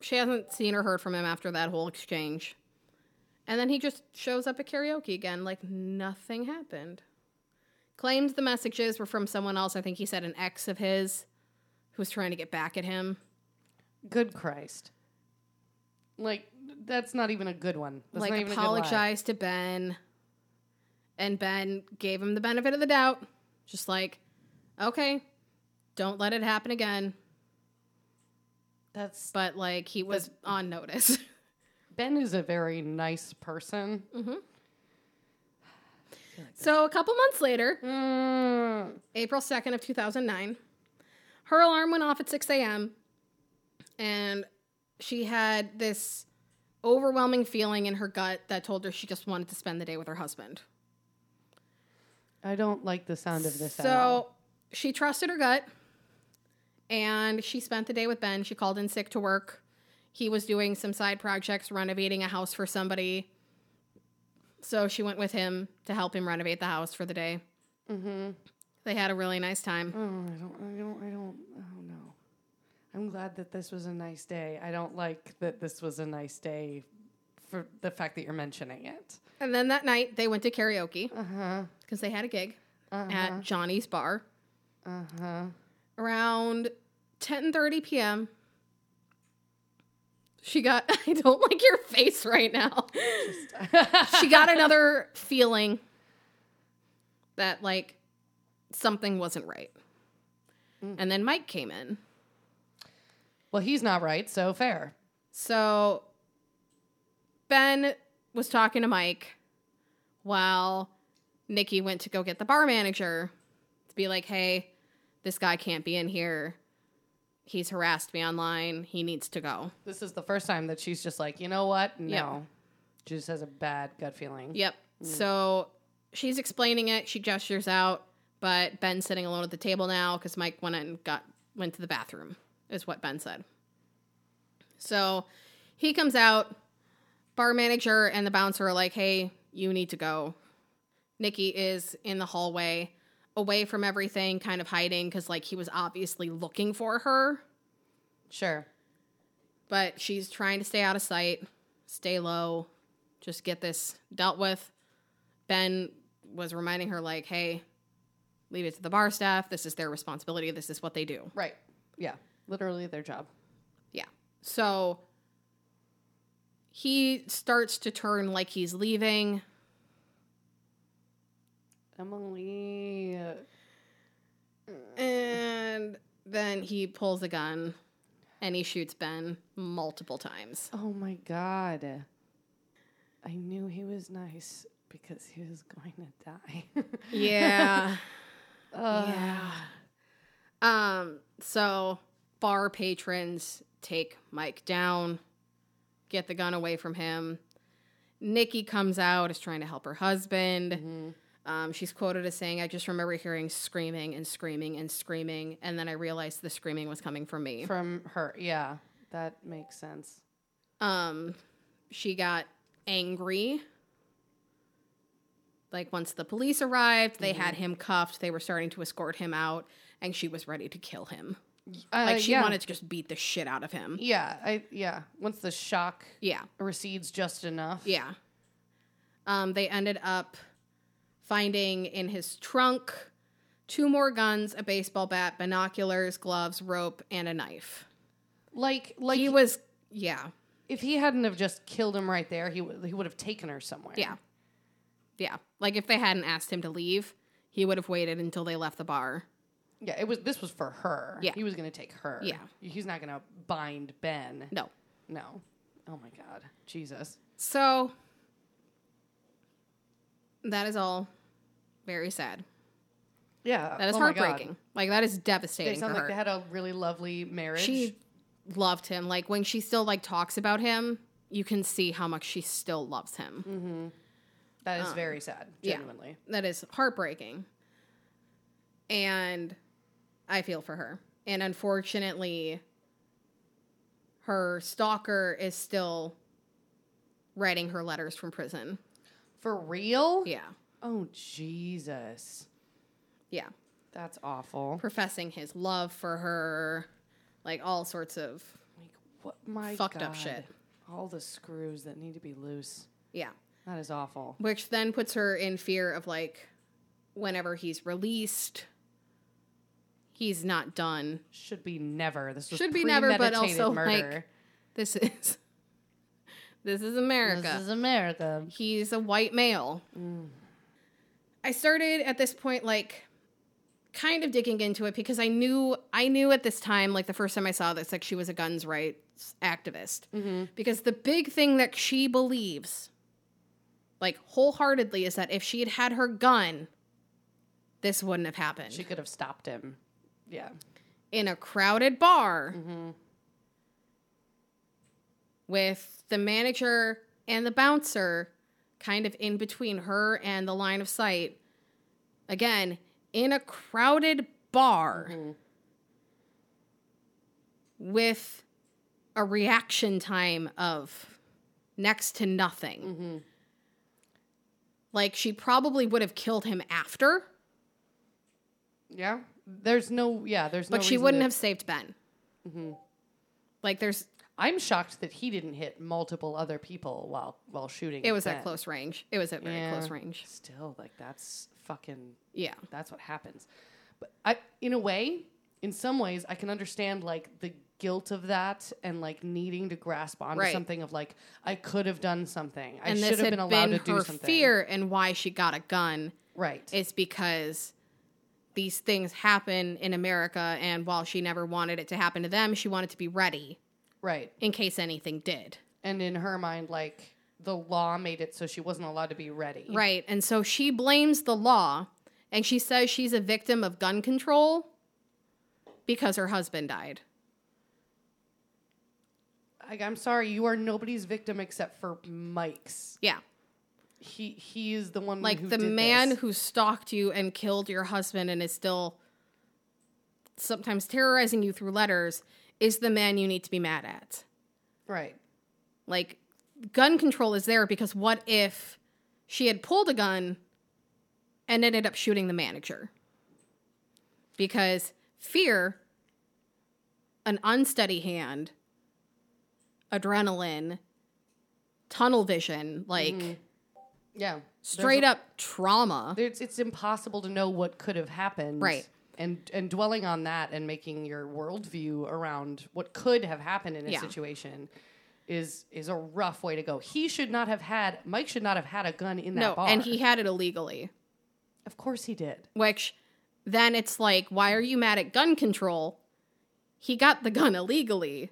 [SPEAKER 2] She hasn't seen or heard from him after that whole exchange. And then he just shows up at karaoke again, like nothing happened. Claimed the messages were from someone else. I think he said an ex of his who was trying to get back at him.
[SPEAKER 1] Good Christ. Like, that's not even a good one. That's not
[SPEAKER 2] like
[SPEAKER 1] even a good lie.
[SPEAKER 2] apologized to Ben. And Ben gave him the benefit of the doubt. Just like, okay, don't let it happen again.
[SPEAKER 1] That's
[SPEAKER 2] But like he was on notice.
[SPEAKER 1] Ben is a very nice person.
[SPEAKER 2] so a couple months later,
[SPEAKER 1] Mm.
[SPEAKER 2] April 2nd of 2009. Her alarm went off at 6 a.m. and she had this overwhelming feeling in her gut that told her she just wanted to spend the day with her husband.
[SPEAKER 1] I don't like the sound of this. at all.
[SPEAKER 2] So she trusted her gut and she spent the day with Ben. She called in sick to work. He was doing some side projects, renovating a house for somebody. So she went with him to help him renovate the house for the day. They had a really nice time.
[SPEAKER 1] Oh, I don't, I don't, I don't, I don't know. I'm glad that this was a nice day. I don't like that this was a nice day for the fact that you're mentioning it.
[SPEAKER 2] And then that night they went to karaoke
[SPEAKER 1] Uh huh.
[SPEAKER 2] because they had a gig
[SPEAKER 1] Uh huh.
[SPEAKER 2] at Johnny's bar
[SPEAKER 1] Uh huh.
[SPEAKER 2] uh-huh. around 10:30 p.m. She got I don't like your face right now. she got another feeling that like something wasn't right. And then Mike came in.
[SPEAKER 1] Well, he's not right, so fair.
[SPEAKER 2] So Ben was talking to Mike while Nikki went to go get the bar manager to be like, hey, this guy can't be in here. He's harassed me online. He needs to go.
[SPEAKER 1] This is the first time that she's just like, you know what? No. She just has a bad gut feeling.
[SPEAKER 2] Yep. So she's explaining it. She gestures out, but Ben's sitting alone at the table now because Mike went and got went to the bathroom, is what Ben said. So he comes out. Bar manager and the bouncer are like, "Hey, you need to go." Nikki is in the hallway, away from everything, kind of hiding because like he was obviously looking for her,
[SPEAKER 1] Sure.
[SPEAKER 2] but she's trying to stay out of sight, stay low, just get this dealt with. Ben was reminding her, like, hey, leave it to the bar staff. This is their responsibility. This is what they do.
[SPEAKER 1] Right. Yeah. Literally their job.
[SPEAKER 2] Yeah. So he starts to turn like he's leaving.
[SPEAKER 1] Emily.
[SPEAKER 2] And then he pulls a gun and he shoots Ben multiple times.
[SPEAKER 1] Oh my God. I knew he was nice because he was going to die. Uh,
[SPEAKER 2] Yeah.
[SPEAKER 1] Ugh.
[SPEAKER 2] Yeah. Um, so bar patrons take Mike down, get the gun away from him. Nikki comes out, is trying to help her husband. Um, she's quoted as saying, I just remember hearing screaming and screaming and screaming, and then I realized the screaming was coming from me.
[SPEAKER 1] From her. Yeah. That makes sense.
[SPEAKER 2] Um, she got angry. Like once the police arrived, they had him cuffed. They were starting to escort him out, and she was ready to kill him.
[SPEAKER 1] Uh,
[SPEAKER 2] Like she
[SPEAKER 1] yeah.
[SPEAKER 2] wanted to just beat the shit out of him.
[SPEAKER 1] Yeah. I, yeah. Once the shock
[SPEAKER 2] Yeah.
[SPEAKER 1] recedes just enough.
[SPEAKER 2] Yeah. Um, they ended up finding in his trunk two more guns, a baseball bat, binoculars, gloves, rope, and a knife.
[SPEAKER 1] Like, like
[SPEAKER 2] He was, yeah,
[SPEAKER 1] if he hadn't have just killed him right there, he, w- he would have taken her somewhere.
[SPEAKER 2] yeah, yeah. Like if they hadn't asked him to leave, he would have waited until they left the bar.
[SPEAKER 1] Yeah, it was. This was for her.
[SPEAKER 2] Yeah.
[SPEAKER 1] he was going to take her.
[SPEAKER 2] Yeah.
[SPEAKER 1] he's not going to bind Ben.
[SPEAKER 2] No.
[SPEAKER 1] No. Oh my God, Jesus.
[SPEAKER 2] So that is all very sad.
[SPEAKER 1] Yeah,
[SPEAKER 2] That is
[SPEAKER 1] oh my God.
[SPEAKER 2] heartbreaking. Like that is
[SPEAKER 1] They
[SPEAKER 2] devastating for
[SPEAKER 1] sound
[SPEAKER 2] her.
[SPEAKER 1] like they had a really lovely marriage.
[SPEAKER 2] she loved him. Like when she still like talks about him, you can see how much she still loves him.
[SPEAKER 1] that is very sad.
[SPEAKER 2] um, yeah.
[SPEAKER 1] Genuinely.
[SPEAKER 2] That is heartbreaking. And I feel for her. And unfortunately, her stalker is still writing her letters from prison.
[SPEAKER 1] For real?
[SPEAKER 2] Yeah.
[SPEAKER 1] Oh Jesus,
[SPEAKER 2] Yeah.
[SPEAKER 1] that's awful.
[SPEAKER 2] Professing his love for her, like all sorts of
[SPEAKER 1] Like what? My
[SPEAKER 2] fucked
[SPEAKER 1] God.
[SPEAKER 2] up shit.
[SPEAKER 1] All the screws that need to be loose.
[SPEAKER 2] Yeah.
[SPEAKER 1] That is awful.
[SPEAKER 2] Which then puts her in fear of like whenever he's released, he's not done.
[SPEAKER 1] Should be never. This was
[SPEAKER 2] Should be never, but
[SPEAKER 1] premeditated
[SPEAKER 2] also, like,
[SPEAKER 1] murder.
[SPEAKER 2] This is this is America.
[SPEAKER 1] America.
[SPEAKER 2] he's a white male. I started at this point like kind of digging into it because I knew I knew at this time like the first time I saw this like she was a guns rights activist because the big thing that she believes like wholeheartedly is that if she had had her gun this wouldn't have happened
[SPEAKER 1] She could have stopped him. Yeah.
[SPEAKER 2] in a crowded bar
[SPEAKER 1] Mm-hmm.
[SPEAKER 2] with the manager and the bouncer kind of in between her and the line of sight. Again, in a crowded bar
[SPEAKER 1] Mm-hmm.
[SPEAKER 2] with a reaction time of next to nothing.
[SPEAKER 1] Mm-hmm.
[SPEAKER 2] Like, she probably would have killed him after,
[SPEAKER 1] Yeah. There's no. Yeah. There's no.
[SPEAKER 2] but she
[SPEAKER 1] reason
[SPEAKER 2] wouldn't
[SPEAKER 1] to- Mm-hmm.
[SPEAKER 2] have saved Ben. Like, there's
[SPEAKER 1] I'm shocked that he didn't hit multiple other people while while shooting.
[SPEAKER 2] It was
[SPEAKER 1] Ben.
[SPEAKER 2] at close range. It was at very
[SPEAKER 1] Yeah.
[SPEAKER 2] close range.
[SPEAKER 1] Still, like that's fucking
[SPEAKER 2] Yeah.
[SPEAKER 1] that's what happens. But I, in a way, in some ways, I can understand like the guilt of that and like needing to grasp onto
[SPEAKER 2] Right.
[SPEAKER 1] something of like I could have done something. I
[SPEAKER 2] And
[SPEAKER 1] should
[SPEAKER 2] this
[SPEAKER 1] have
[SPEAKER 2] had
[SPEAKER 1] been allowed
[SPEAKER 2] been
[SPEAKER 1] to do
[SPEAKER 2] her
[SPEAKER 1] something.
[SPEAKER 2] fear and why she got a gun
[SPEAKER 1] Right.
[SPEAKER 2] is because these things happen in America and while she never wanted it to happen to them, she wanted to be ready
[SPEAKER 1] right.
[SPEAKER 2] in case anything did.
[SPEAKER 1] And in her mind, like the law made it so she wasn't allowed to be ready.
[SPEAKER 2] Right. And so she blames the law and she says she's a victim of gun control because her husband died.
[SPEAKER 1] Like I'm sorry, you are nobody's victim except for Mike's.
[SPEAKER 2] Yeah.
[SPEAKER 1] He he is the one
[SPEAKER 2] like
[SPEAKER 1] who
[SPEAKER 2] the
[SPEAKER 1] did
[SPEAKER 2] man
[SPEAKER 1] this.
[SPEAKER 2] who stalked you and killed your husband and is still sometimes terrorizing you through letters is the man you need to be mad at
[SPEAKER 1] right.
[SPEAKER 2] like gun control is there because what if she had pulled a gun and ended up shooting the manager because fear an unsteady hand adrenaline tunnel vision like
[SPEAKER 1] Mm-hmm. Yeah.
[SPEAKER 2] straight up trauma
[SPEAKER 1] There's, it's impossible to know what could have happened.
[SPEAKER 2] Right.
[SPEAKER 1] And and dwelling on that and making your worldview around what could have happened in a
[SPEAKER 2] Yeah.
[SPEAKER 1] situation is is a rough way to go. He should not have had Mike should not have had a gun in that
[SPEAKER 2] No,
[SPEAKER 1] bar.
[SPEAKER 2] and he had it illegally,
[SPEAKER 1] of course he did.
[SPEAKER 2] which then it's like, why are you mad at gun control? He got the gun illegally,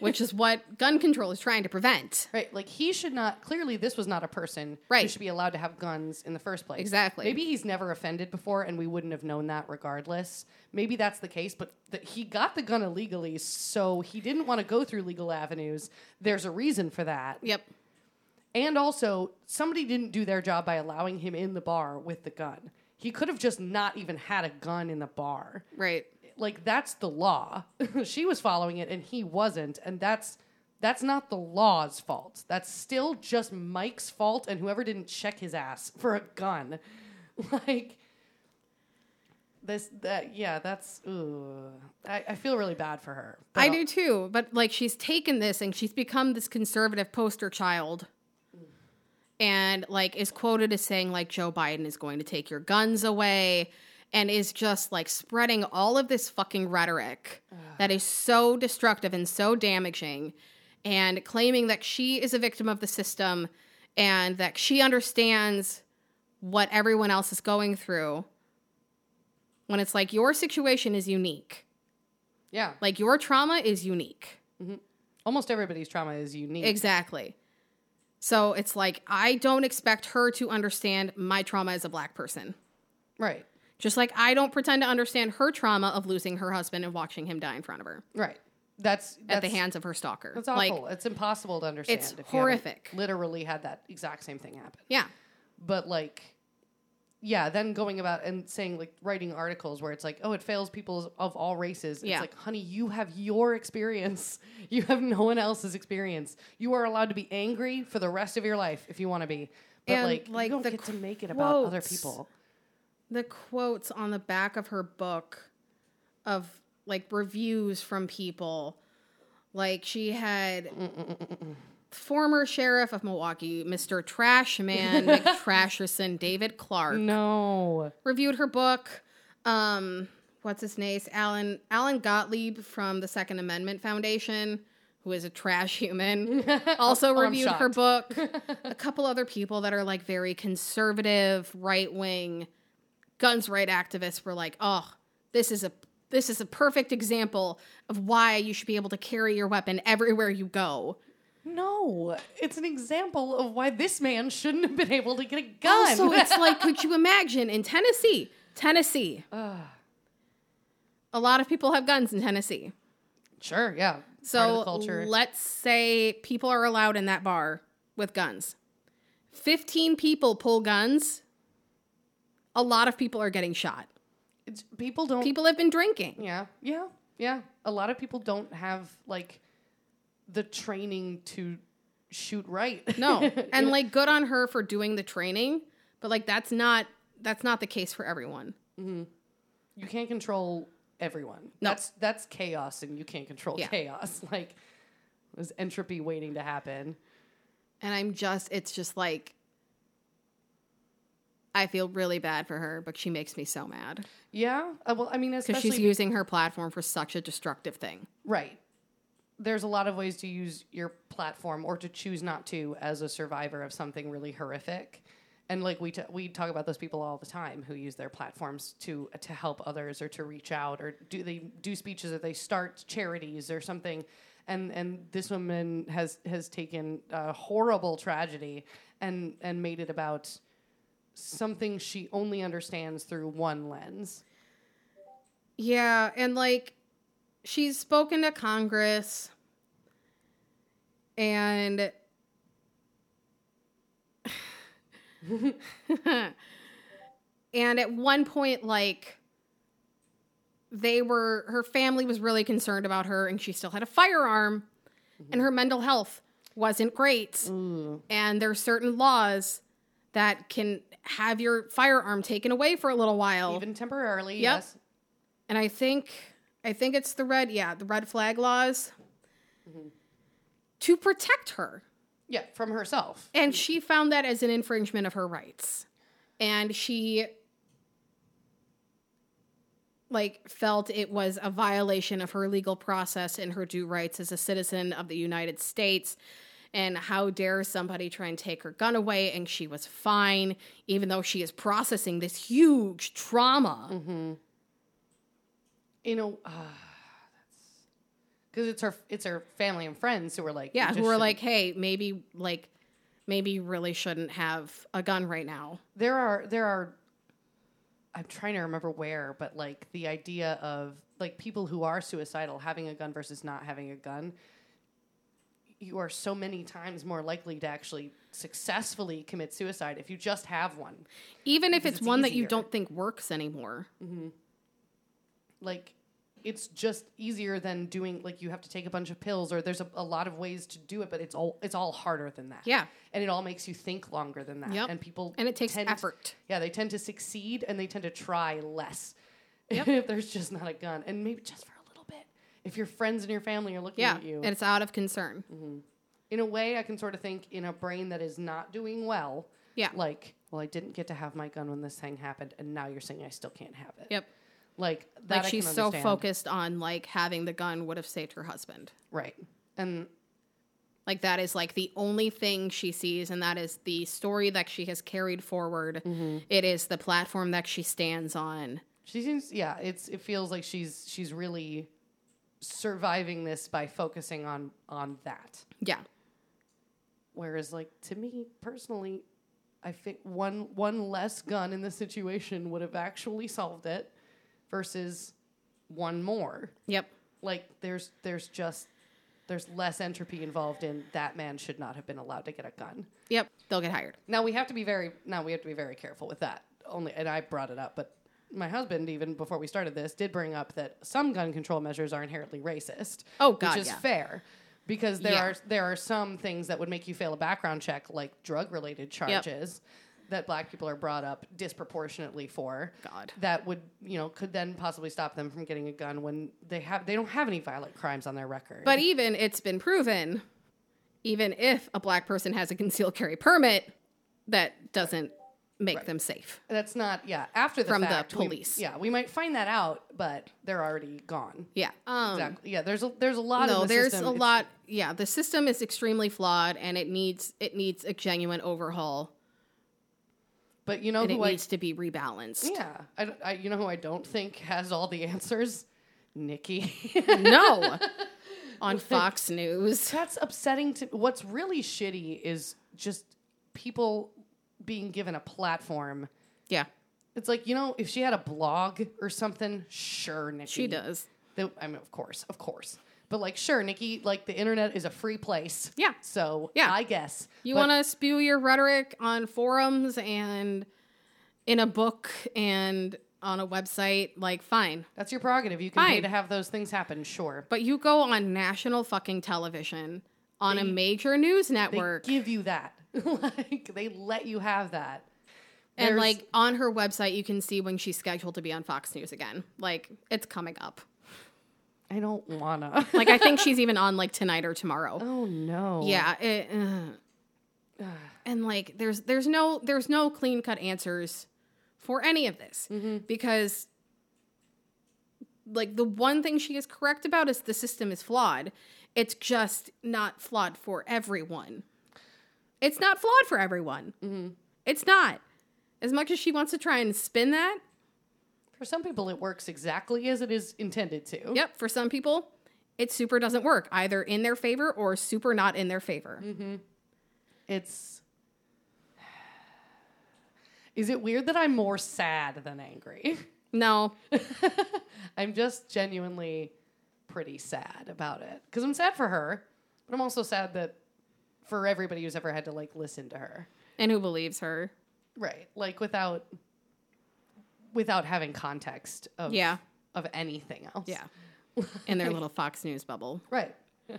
[SPEAKER 2] which is what gun control is trying to prevent.
[SPEAKER 1] Right. Like he should not clearly this was not a person who
[SPEAKER 2] Right.
[SPEAKER 1] should be allowed to have guns in the first place.
[SPEAKER 2] Exactly.
[SPEAKER 1] Maybe he's never offended before and we wouldn't have known that regardless. Maybe that's the case, but that he got the gun illegally, so he didn't want to go through legal avenues. There's a reason for that.
[SPEAKER 2] Yep.
[SPEAKER 1] And also, somebody didn't do their job by allowing him in the bar with the gun. He could have just not even had a gun in the bar.
[SPEAKER 2] Right.
[SPEAKER 1] Like that's the law. she was following it and he wasn't, and that's that's not the law's fault. That's still just Mike's fault and whoever didn't check his ass for a gun. like this that yeah, that's ooh. I, I feel really bad for her. But
[SPEAKER 2] I do too, but like she's taken this and she's become this conservative poster child. And like is quoted as saying like Joe Biden is going to take your guns away and is just like spreading all of this fucking rhetoric that is so destructive and so damaging and claiming that she is a victim of the system and that she understands what everyone else is going through when it's like your situation is unique.
[SPEAKER 1] Yeah.
[SPEAKER 2] Like your trauma is unique.
[SPEAKER 1] Almost everybody's trauma is unique.
[SPEAKER 2] Exactly. So it's like I don't expect her to understand my trauma as a black person.
[SPEAKER 1] right.
[SPEAKER 2] Just like I don't pretend to understand her trauma of losing her husband and watching him die in front of her
[SPEAKER 1] Right. That's, that's
[SPEAKER 2] at the hands of her stalker.
[SPEAKER 1] That's awful.
[SPEAKER 2] Like
[SPEAKER 1] it's impossible to understand.
[SPEAKER 2] it's
[SPEAKER 1] if you haven't
[SPEAKER 2] horrific.
[SPEAKER 1] Literally had that exact same thing happen.
[SPEAKER 2] yeah.
[SPEAKER 1] But like, yeah, then going about and saying like writing articles where it's like, oh, it fails people of all races. It's
[SPEAKER 2] Yeah.
[SPEAKER 1] like, honey, you have your experience. You have no one else's experience. You are allowed to be angry for the rest of your life if you want to be. But
[SPEAKER 2] And,
[SPEAKER 1] like,
[SPEAKER 2] like,
[SPEAKER 1] you don't
[SPEAKER 2] the
[SPEAKER 1] get to make it about other
[SPEAKER 2] quotes.
[SPEAKER 1] people.
[SPEAKER 2] The quotes on the back of her book of like reviews from people. Like she had former sheriff of Milwaukee, Mr. Trashman McTrasherson David Clark,
[SPEAKER 1] No.
[SPEAKER 2] reviewed her book. Um, what's his name? Alan Alan Gottlieb from the Second Amendment Foundation, who is a trash human, also
[SPEAKER 1] Oh, I'm
[SPEAKER 2] reviewed her
[SPEAKER 1] shocked.
[SPEAKER 2] book. a couple other people that are like very conservative, right wing, guns right activists were like, oh, this is a this is a perfect example of why you should be able to carry your weapon everywhere you go.
[SPEAKER 1] No. It's an example of why this man shouldn't have been able to get a gun.
[SPEAKER 2] Also, it's like, could you imagine in Tennessee? Tennessee. A lot of people have guns in Tennessee.
[SPEAKER 1] sure, yeah. Part of
[SPEAKER 2] So
[SPEAKER 1] the culture.
[SPEAKER 2] let's say people are allowed in that bar with guns. 15 people pull guns. A lot of people are getting shot.
[SPEAKER 1] It's- people don't
[SPEAKER 2] People have been drinking.
[SPEAKER 1] Yeah, yeah, yeah. A lot of people don't have like the training to shoot right.
[SPEAKER 2] No. And like good on her for doing the training, but like that's not that's not the case for everyone.
[SPEAKER 1] you can't control everyone.
[SPEAKER 2] No.
[SPEAKER 1] That's that's chaos, and you can't control
[SPEAKER 2] Yeah.
[SPEAKER 1] chaos. Like there's entropy waiting to happen.
[SPEAKER 2] And I'm just, it's just like, I feel really bad for her, but she makes me so mad
[SPEAKER 1] Yeah. Uh, well, I mean,
[SPEAKER 2] because
[SPEAKER 1] especially
[SPEAKER 2] she's using her platform for such a destructive thing.
[SPEAKER 1] right. There's a lot of ways to use your platform or to choose not to as a survivor of something really horrific. And like we, t- we talk about those people all the time who use their platforms to to help others or to reach out or do they do speeches or they start charities or something, and and this woman has has taken a horrible tragedy and and made it about something she only understands through one lens.
[SPEAKER 2] Yeah. And like, she's spoken to Congress and. and at one point, like, they were, her family was really concerned about her and she still had a firearm and her mental health wasn't great. And there are certain laws that can have your firearm taken away for a little while.
[SPEAKER 1] Even temporarily,
[SPEAKER 2] Yep.
[SPEAKER 1] yes.
[SPEAKER 2] And I think I think it's the red, yeah, the red flag laws to protect her.
[SPEAKER 1] Yeah, from herself.
[SPEAKER 2] And she found that as an infringement of her rights. And she like felt it was a violation of her legal process and her due rights as a citizen of the United States. And how dare somebody try and take her gun away? And she was fine, even though she is processing this huge trauma.
[SPEAKER 1] you know, uh, because it's her it's her family and friends who were like,
[SPEAKER 2] Yeah,
[SPEAKER 1] you
[SPEAKER 2] who
[SPEAKER 1] just
[SPEAKER 2] are
[SPEAKER 1] should-
[SPEAKER 2] like, hey, maybe like maybe you really shouldn't have a gun right now.
[SPEAKER 1] there are there are. I'm trying to remember where, but like the idea of like people who are suicidal having a gun versus not having a gun, you are so many times more likely to actually successfully commit suicide if you just have one.
[SPEAKER 2] Even if it's,
[SPEAKER 1] it's
[SPEAKER 2] one that you
[SPEAKER 1] easier. Mm-hmm.
[SPEAKER 2] don't think works anymore.
[SPEAKER 1] like it's just easier than doing like you have to take a bunch of pills or there's a, a lot of ways to do it but it's all it's all harder than that
[SPEAKER 2] Yeah.
[SPEAKER 1] and it all makes you think longer than that
[SPEAKER 2] Yep.
[SPEAKER 1] and people
[SPEAKER 2] And it takes
[SPEAKER 1] tend-
[SPEAKER 2] effort.
[SPEAKER 1] yeah they tend to succeed and they tend to try less
[SPEAKER 2] Yep.
[SPEAKER 1] if there's just not a gun and maybe just for a little bit if your friends and your family are looking
[SPEAKER 2] Yeah.
[SPEAKER 1] at you Mm-hmm.
[SPEAKER 2] And it's out of concern.
[SPEAKER 1] in a way i can sort of think in a brain that is not doing well
[SPEAKER 2] Yeah.
[SPEAKER 1] like well i didn't get to have my gun when this thing happened and now you're saying i still can't have it
[SPEAKER 2] Yep.
[SPEAKER 1] like that
[SPEAKER 2] Like
[SPEAKER 1] I
[SPEAKER 2] she's
[SPEAKER 1] can
[SPEAKER 2] so
[SPEAKER 1] understand.
[SPEAKER 2] focused on like having the gun would have saved her husband.
[SPEAKER 1] right and
[SPEAKER 2] Like that is like the only thing she sees and that is the story that she has carried forward.
[SPEAKER 1] Mm-hmm.
[SPEAKER 2] It is the platform that she stands on.
[SPEAKER 1] She seems yeah, it's it feels like she's she's really surviving this by focusing on on that.
[SPEAKER 2] Yeah.
[SPEAKER 1] Whereas like to me personally, I think one one less gun in the situation would have actually solved it versus one more.
[SPEAKER 2] Yep.
[SPEAKER 1] Like there's there's just there's less entropy involved in that man should not have been allowed to get a gun.
[SPEAKER 2] Yep. They'll get hired.
[SPEAKER 1] Now we have to be very now we have to be very careful with that. Only and I brought it up, but my husband even before we started this did bring up that some gun control measures are inherently racist.
[SPEAKER 2] Oh, God,
[SPEAKER 1] which is
[SPEAKER 2] yeah.
[SPEAKER 1] fair because there
[SPEAKER 2] Yeah.
[SPEAKER 1] are there are some things that would make you fail a background check like drug related charges that black people are brought up disproportionately for.
[SPEAKER 2] God.
[SPEAKER 1] That would, you know, could then possibly stop them from getting a gun when they have they don't have any violent crimes on their record.
[SPEAKER 2] But even it's been proven, even if a black person has a concealed carry permit, that doesn't make them safe.
[SPEAKER 1] That's not yeah. After the
[SPEAKER 2] From the
[SPEAKER 1] fact, we-
[SPEAKER 2] police.
[SPEAKER 1] yeah, we might find that out, but they're already gone.
[SPEAKER 2] Yeah. Um,
[SPEAKER 1] Exactly. Yeah, there's a there's a lot.
[SPEAKER 2] No,
[SPEAKER 1] in the
[SPEAKER 2] there's
[SPEAKER 1] system.
[SPEAKER 2] a
[SPEAKER 1] It's-
[SPEAKER 2] lot. Yeah, the system is extremely flawed, and it needs it needs a genuine overhaul,
[SPEAKER 1] But you know
[SPEAKER 2] and it
[SPEAKER 1] who I
[SPEAKER 2] needs to be rebalanced.
[SPEAKER 1] yeah I, don't- I you know who I don't think has all the answers, Nikki.
[SPEAKER 2] no, on Fox News.
[SPEAKER 1] That's upsetting to. What's really shitty is just people being given a platform.
[SPEAKER 2] Yeah,
[SPEAKER 1] It's like you know if she had a blog or something, sure, Nikki.
[SPEAKER 2] she does.
[SPEAKER 1] They- I mean, of course, of course. But like, sure, Nikki, like the internet is a free place.
[SPEAKER 2] Yeah.
[SPEAKER 1] So
[SPEAKER 2] Yeah.
[SPEAKER 1] I guess
[SPEAKER 2] You
[SPEAKER 1] But-
[SPEAKER 2] want to spew your rhetoric on forums and in a book and on a website, like fine.
[SPEAKER 1] That's your prerogative. You can pay
[SPEAKER 2] Fine.
[SPEAKER 1] to have those things happen, sure.
[SPEAKER 2] But you go on national fucking television on a major news
[SPEAKER 1] They
[SPEAKER 2] network.
[SPEAKER 1] give you that. like they let you have that.
[SPEAKER 2] And
[SPEAKER 1] There's-
[SPEAKER 2] like on her website, you can see when she's scheduled to be on Fox News again. Like it's coming up.
[SPEAKER 1] I don't wanna.
[SPEAKER 2] Like I think she's even on like tonight or tomorrow.
[SPEAKER 1] oh no.
[SPEAKER 2] Yeah. it- ugh. and like there's there's no there's no clean cut answers for any of this because like the one thing she is correct about is the system is flawed. It's just not flawed for everyone. It's not flawed for everyone. It's not. As much as she wants to try and spin that,
[SPEAKER 1] For some people, it works exactly as it is intended to.
[SPEAKER 2] Yep. For some people, it super doesn't work either in their favor or super not in their favor.
[SPEAKER 1] It's. Is it weird that I'm more sad than angry?
[SPEAKER 2] No,
[SPEAKER 1] I'm just genuinely pretty sad about it because I'm sad for her, but I'm also sad that for everybody who's ever had to like listen to her.
[SPEAKER 2] and who believes her?
[SPEAKER 1] right like without without having context of
[SPEAKER 2] Yeah.
[SPEAKER 1] of anything else
[SPEAKER 2] Yeah. In their little Fox News bubble.
[SPEAKER 1] right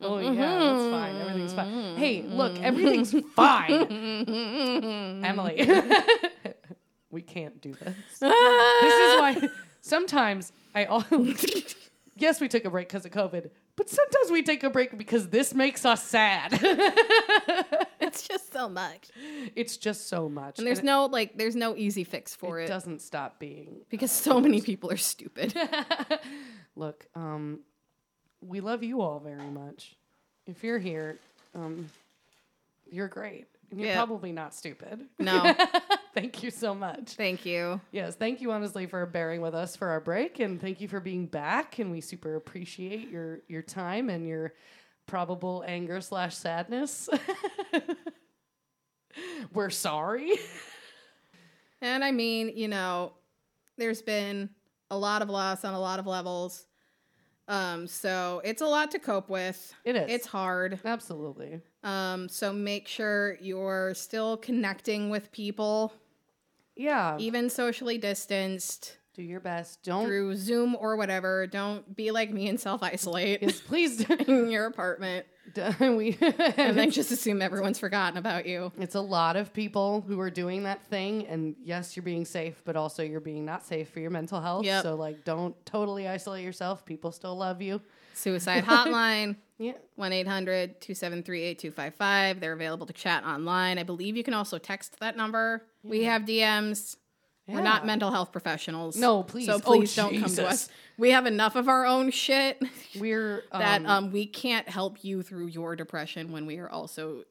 [SPEAKER 1] oh yeah that's fine everything's fine hey look
[SPEAKER 2] Mm-hmm.
[SPEAKER 1] everything's fine emily we can't do this this is why sometimes i all yes we took a break because of covid but sometimes we take a break because this makes us sad
[SPEAKER 2] It's just so much.
[SPEAKER 1] it's just so much
[SPEAKER 2] And there's
[SPEAKER 1] and
[SPEAKER 2] no like, there's no easy fix for
[SPEAKER 1] it
[SPEAKER 2] it,
[SPEAKER 1] doesn't stop being
[SPEAKER 2] because so many people are stupid.
[SPEAKER 1] Look, um, we love you all very much. If you're here, um, you're great. And you're
[SPEAKER 2] Yeah.
[SPEAKER 1] probably not stupid.
[SPEAKER 2] No,
[SPEAKER 1] thank you so much.
[SPEAKER 2] thank you.
[SPEAKER 1] Yes, thank you honestly for bearing with us for our break and thank you for being back. And we super appreciate your your time and your probable anger slash sadness. We're sorry.
[SPEAKER 2] And I mean, you know, there's been a lot of loss on a lot of levels. Um, so it's a lot to cope with.
[SPEAKER 1] It is.
[SPEAKER 2] It's hard.
[SPEAKER 1] Absolutely.
[SPEAKER 2] Um, so make sure you're still connecting with people,
[SPEAKER 1] Yeah.
[SPEAKER 2] even socially distanced
[SPEAKER 1] Do your best. Don't
[SPEAKER 2] through Zoom or whatever. Don't be like me and self isolate
[SPEAKER 1] yes, please
[SPEAKER 2] in your apartment
[SPEAKER 1] don't. we
[SPEAKER 2] and then just assume everyone's forgotten about you.
[SPEAKER 1] It's a lot of people who are doing that thing, and yes, you're being safe, but also you're being not safe for your mental health.
[SPEAKER 2] Yep.
[SPEAKER 1] So like, don't totally isolate yourself. People still love you.
[SPEAKER 2] Suicide Hotline.
[SPEAKER 1] Yeah,
[SPEAKER 2] 1 800 273 8255. They're available to chat online. I believe you can also text that number. We have DMs. We're not
[SPEAKER 1] Yeah.
[SPEAKER 2] mental health professionals.
[SPEAKER 1] No, please.
[SPEAKER 2] So
[SPEAKER 1] Oh,
[SPEAKER 2] please don't come to
[SPEAKER 1] Jesus.
[SPEAKER 2] us. We have enough of our own shit.
[SPEAKER 1] we're um,
[SPEAKER 2] that um, we can't help you through your depression when we are also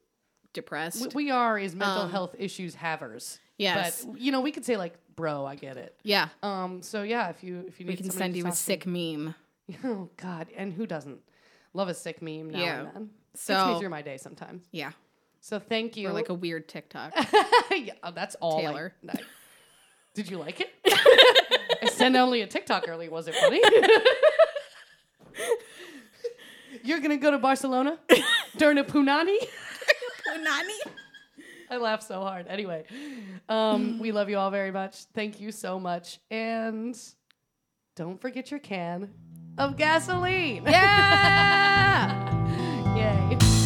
[SPEAKER 2] depressed.
[SPEAKER 1] we- we are is mental health issues havers.
[SPEAKER 2] um, Yes.
[SPEAKER 1] but you know we could say like, bro, I get it.
[SPEAKER 2] yeah,
[SPEAKER 1] Um, so yeah, if you if you need,
[SPEAKER 2] we can
[SPEAKER 1] somebody
[SPEAKER 2] send
[SPEAKER 1] to
[SPEAKER 2] you a
[SPEAKER 1] talk
[SPEAKER 2] sick meme.
[SPEAKER 1] to- Oh God, and who doesn't love a sick meme now
[SPEAKER 2] Yeah.
[SPEAKER 1] and then? Gets me
[SPEAKER 2] So-
[SPEAKER 1] through my day sometimes.
[SPEAKER 2] Yeah,
[SPEAKER 1] So thank you.
[SPEAKER 2] or like a weird TikTok.
[SPEAKER 1] yeah, oh, that's all. I-
[SPEAKER 2] Taylor.
[SPEAKER 1] I- did you like it? I sent only a TikTok early. Was it funny? You're gonna go to Barcelona during a punani?
[SPEAKER 2] Nani?
[SPEAKER 1] I laugh so hard. Anyway, um, we love you all very much. Thank you so much, and don't forget your can of gasoline.
[SPEAKER 2] Yeah.
[SPEAKER 1] Yay.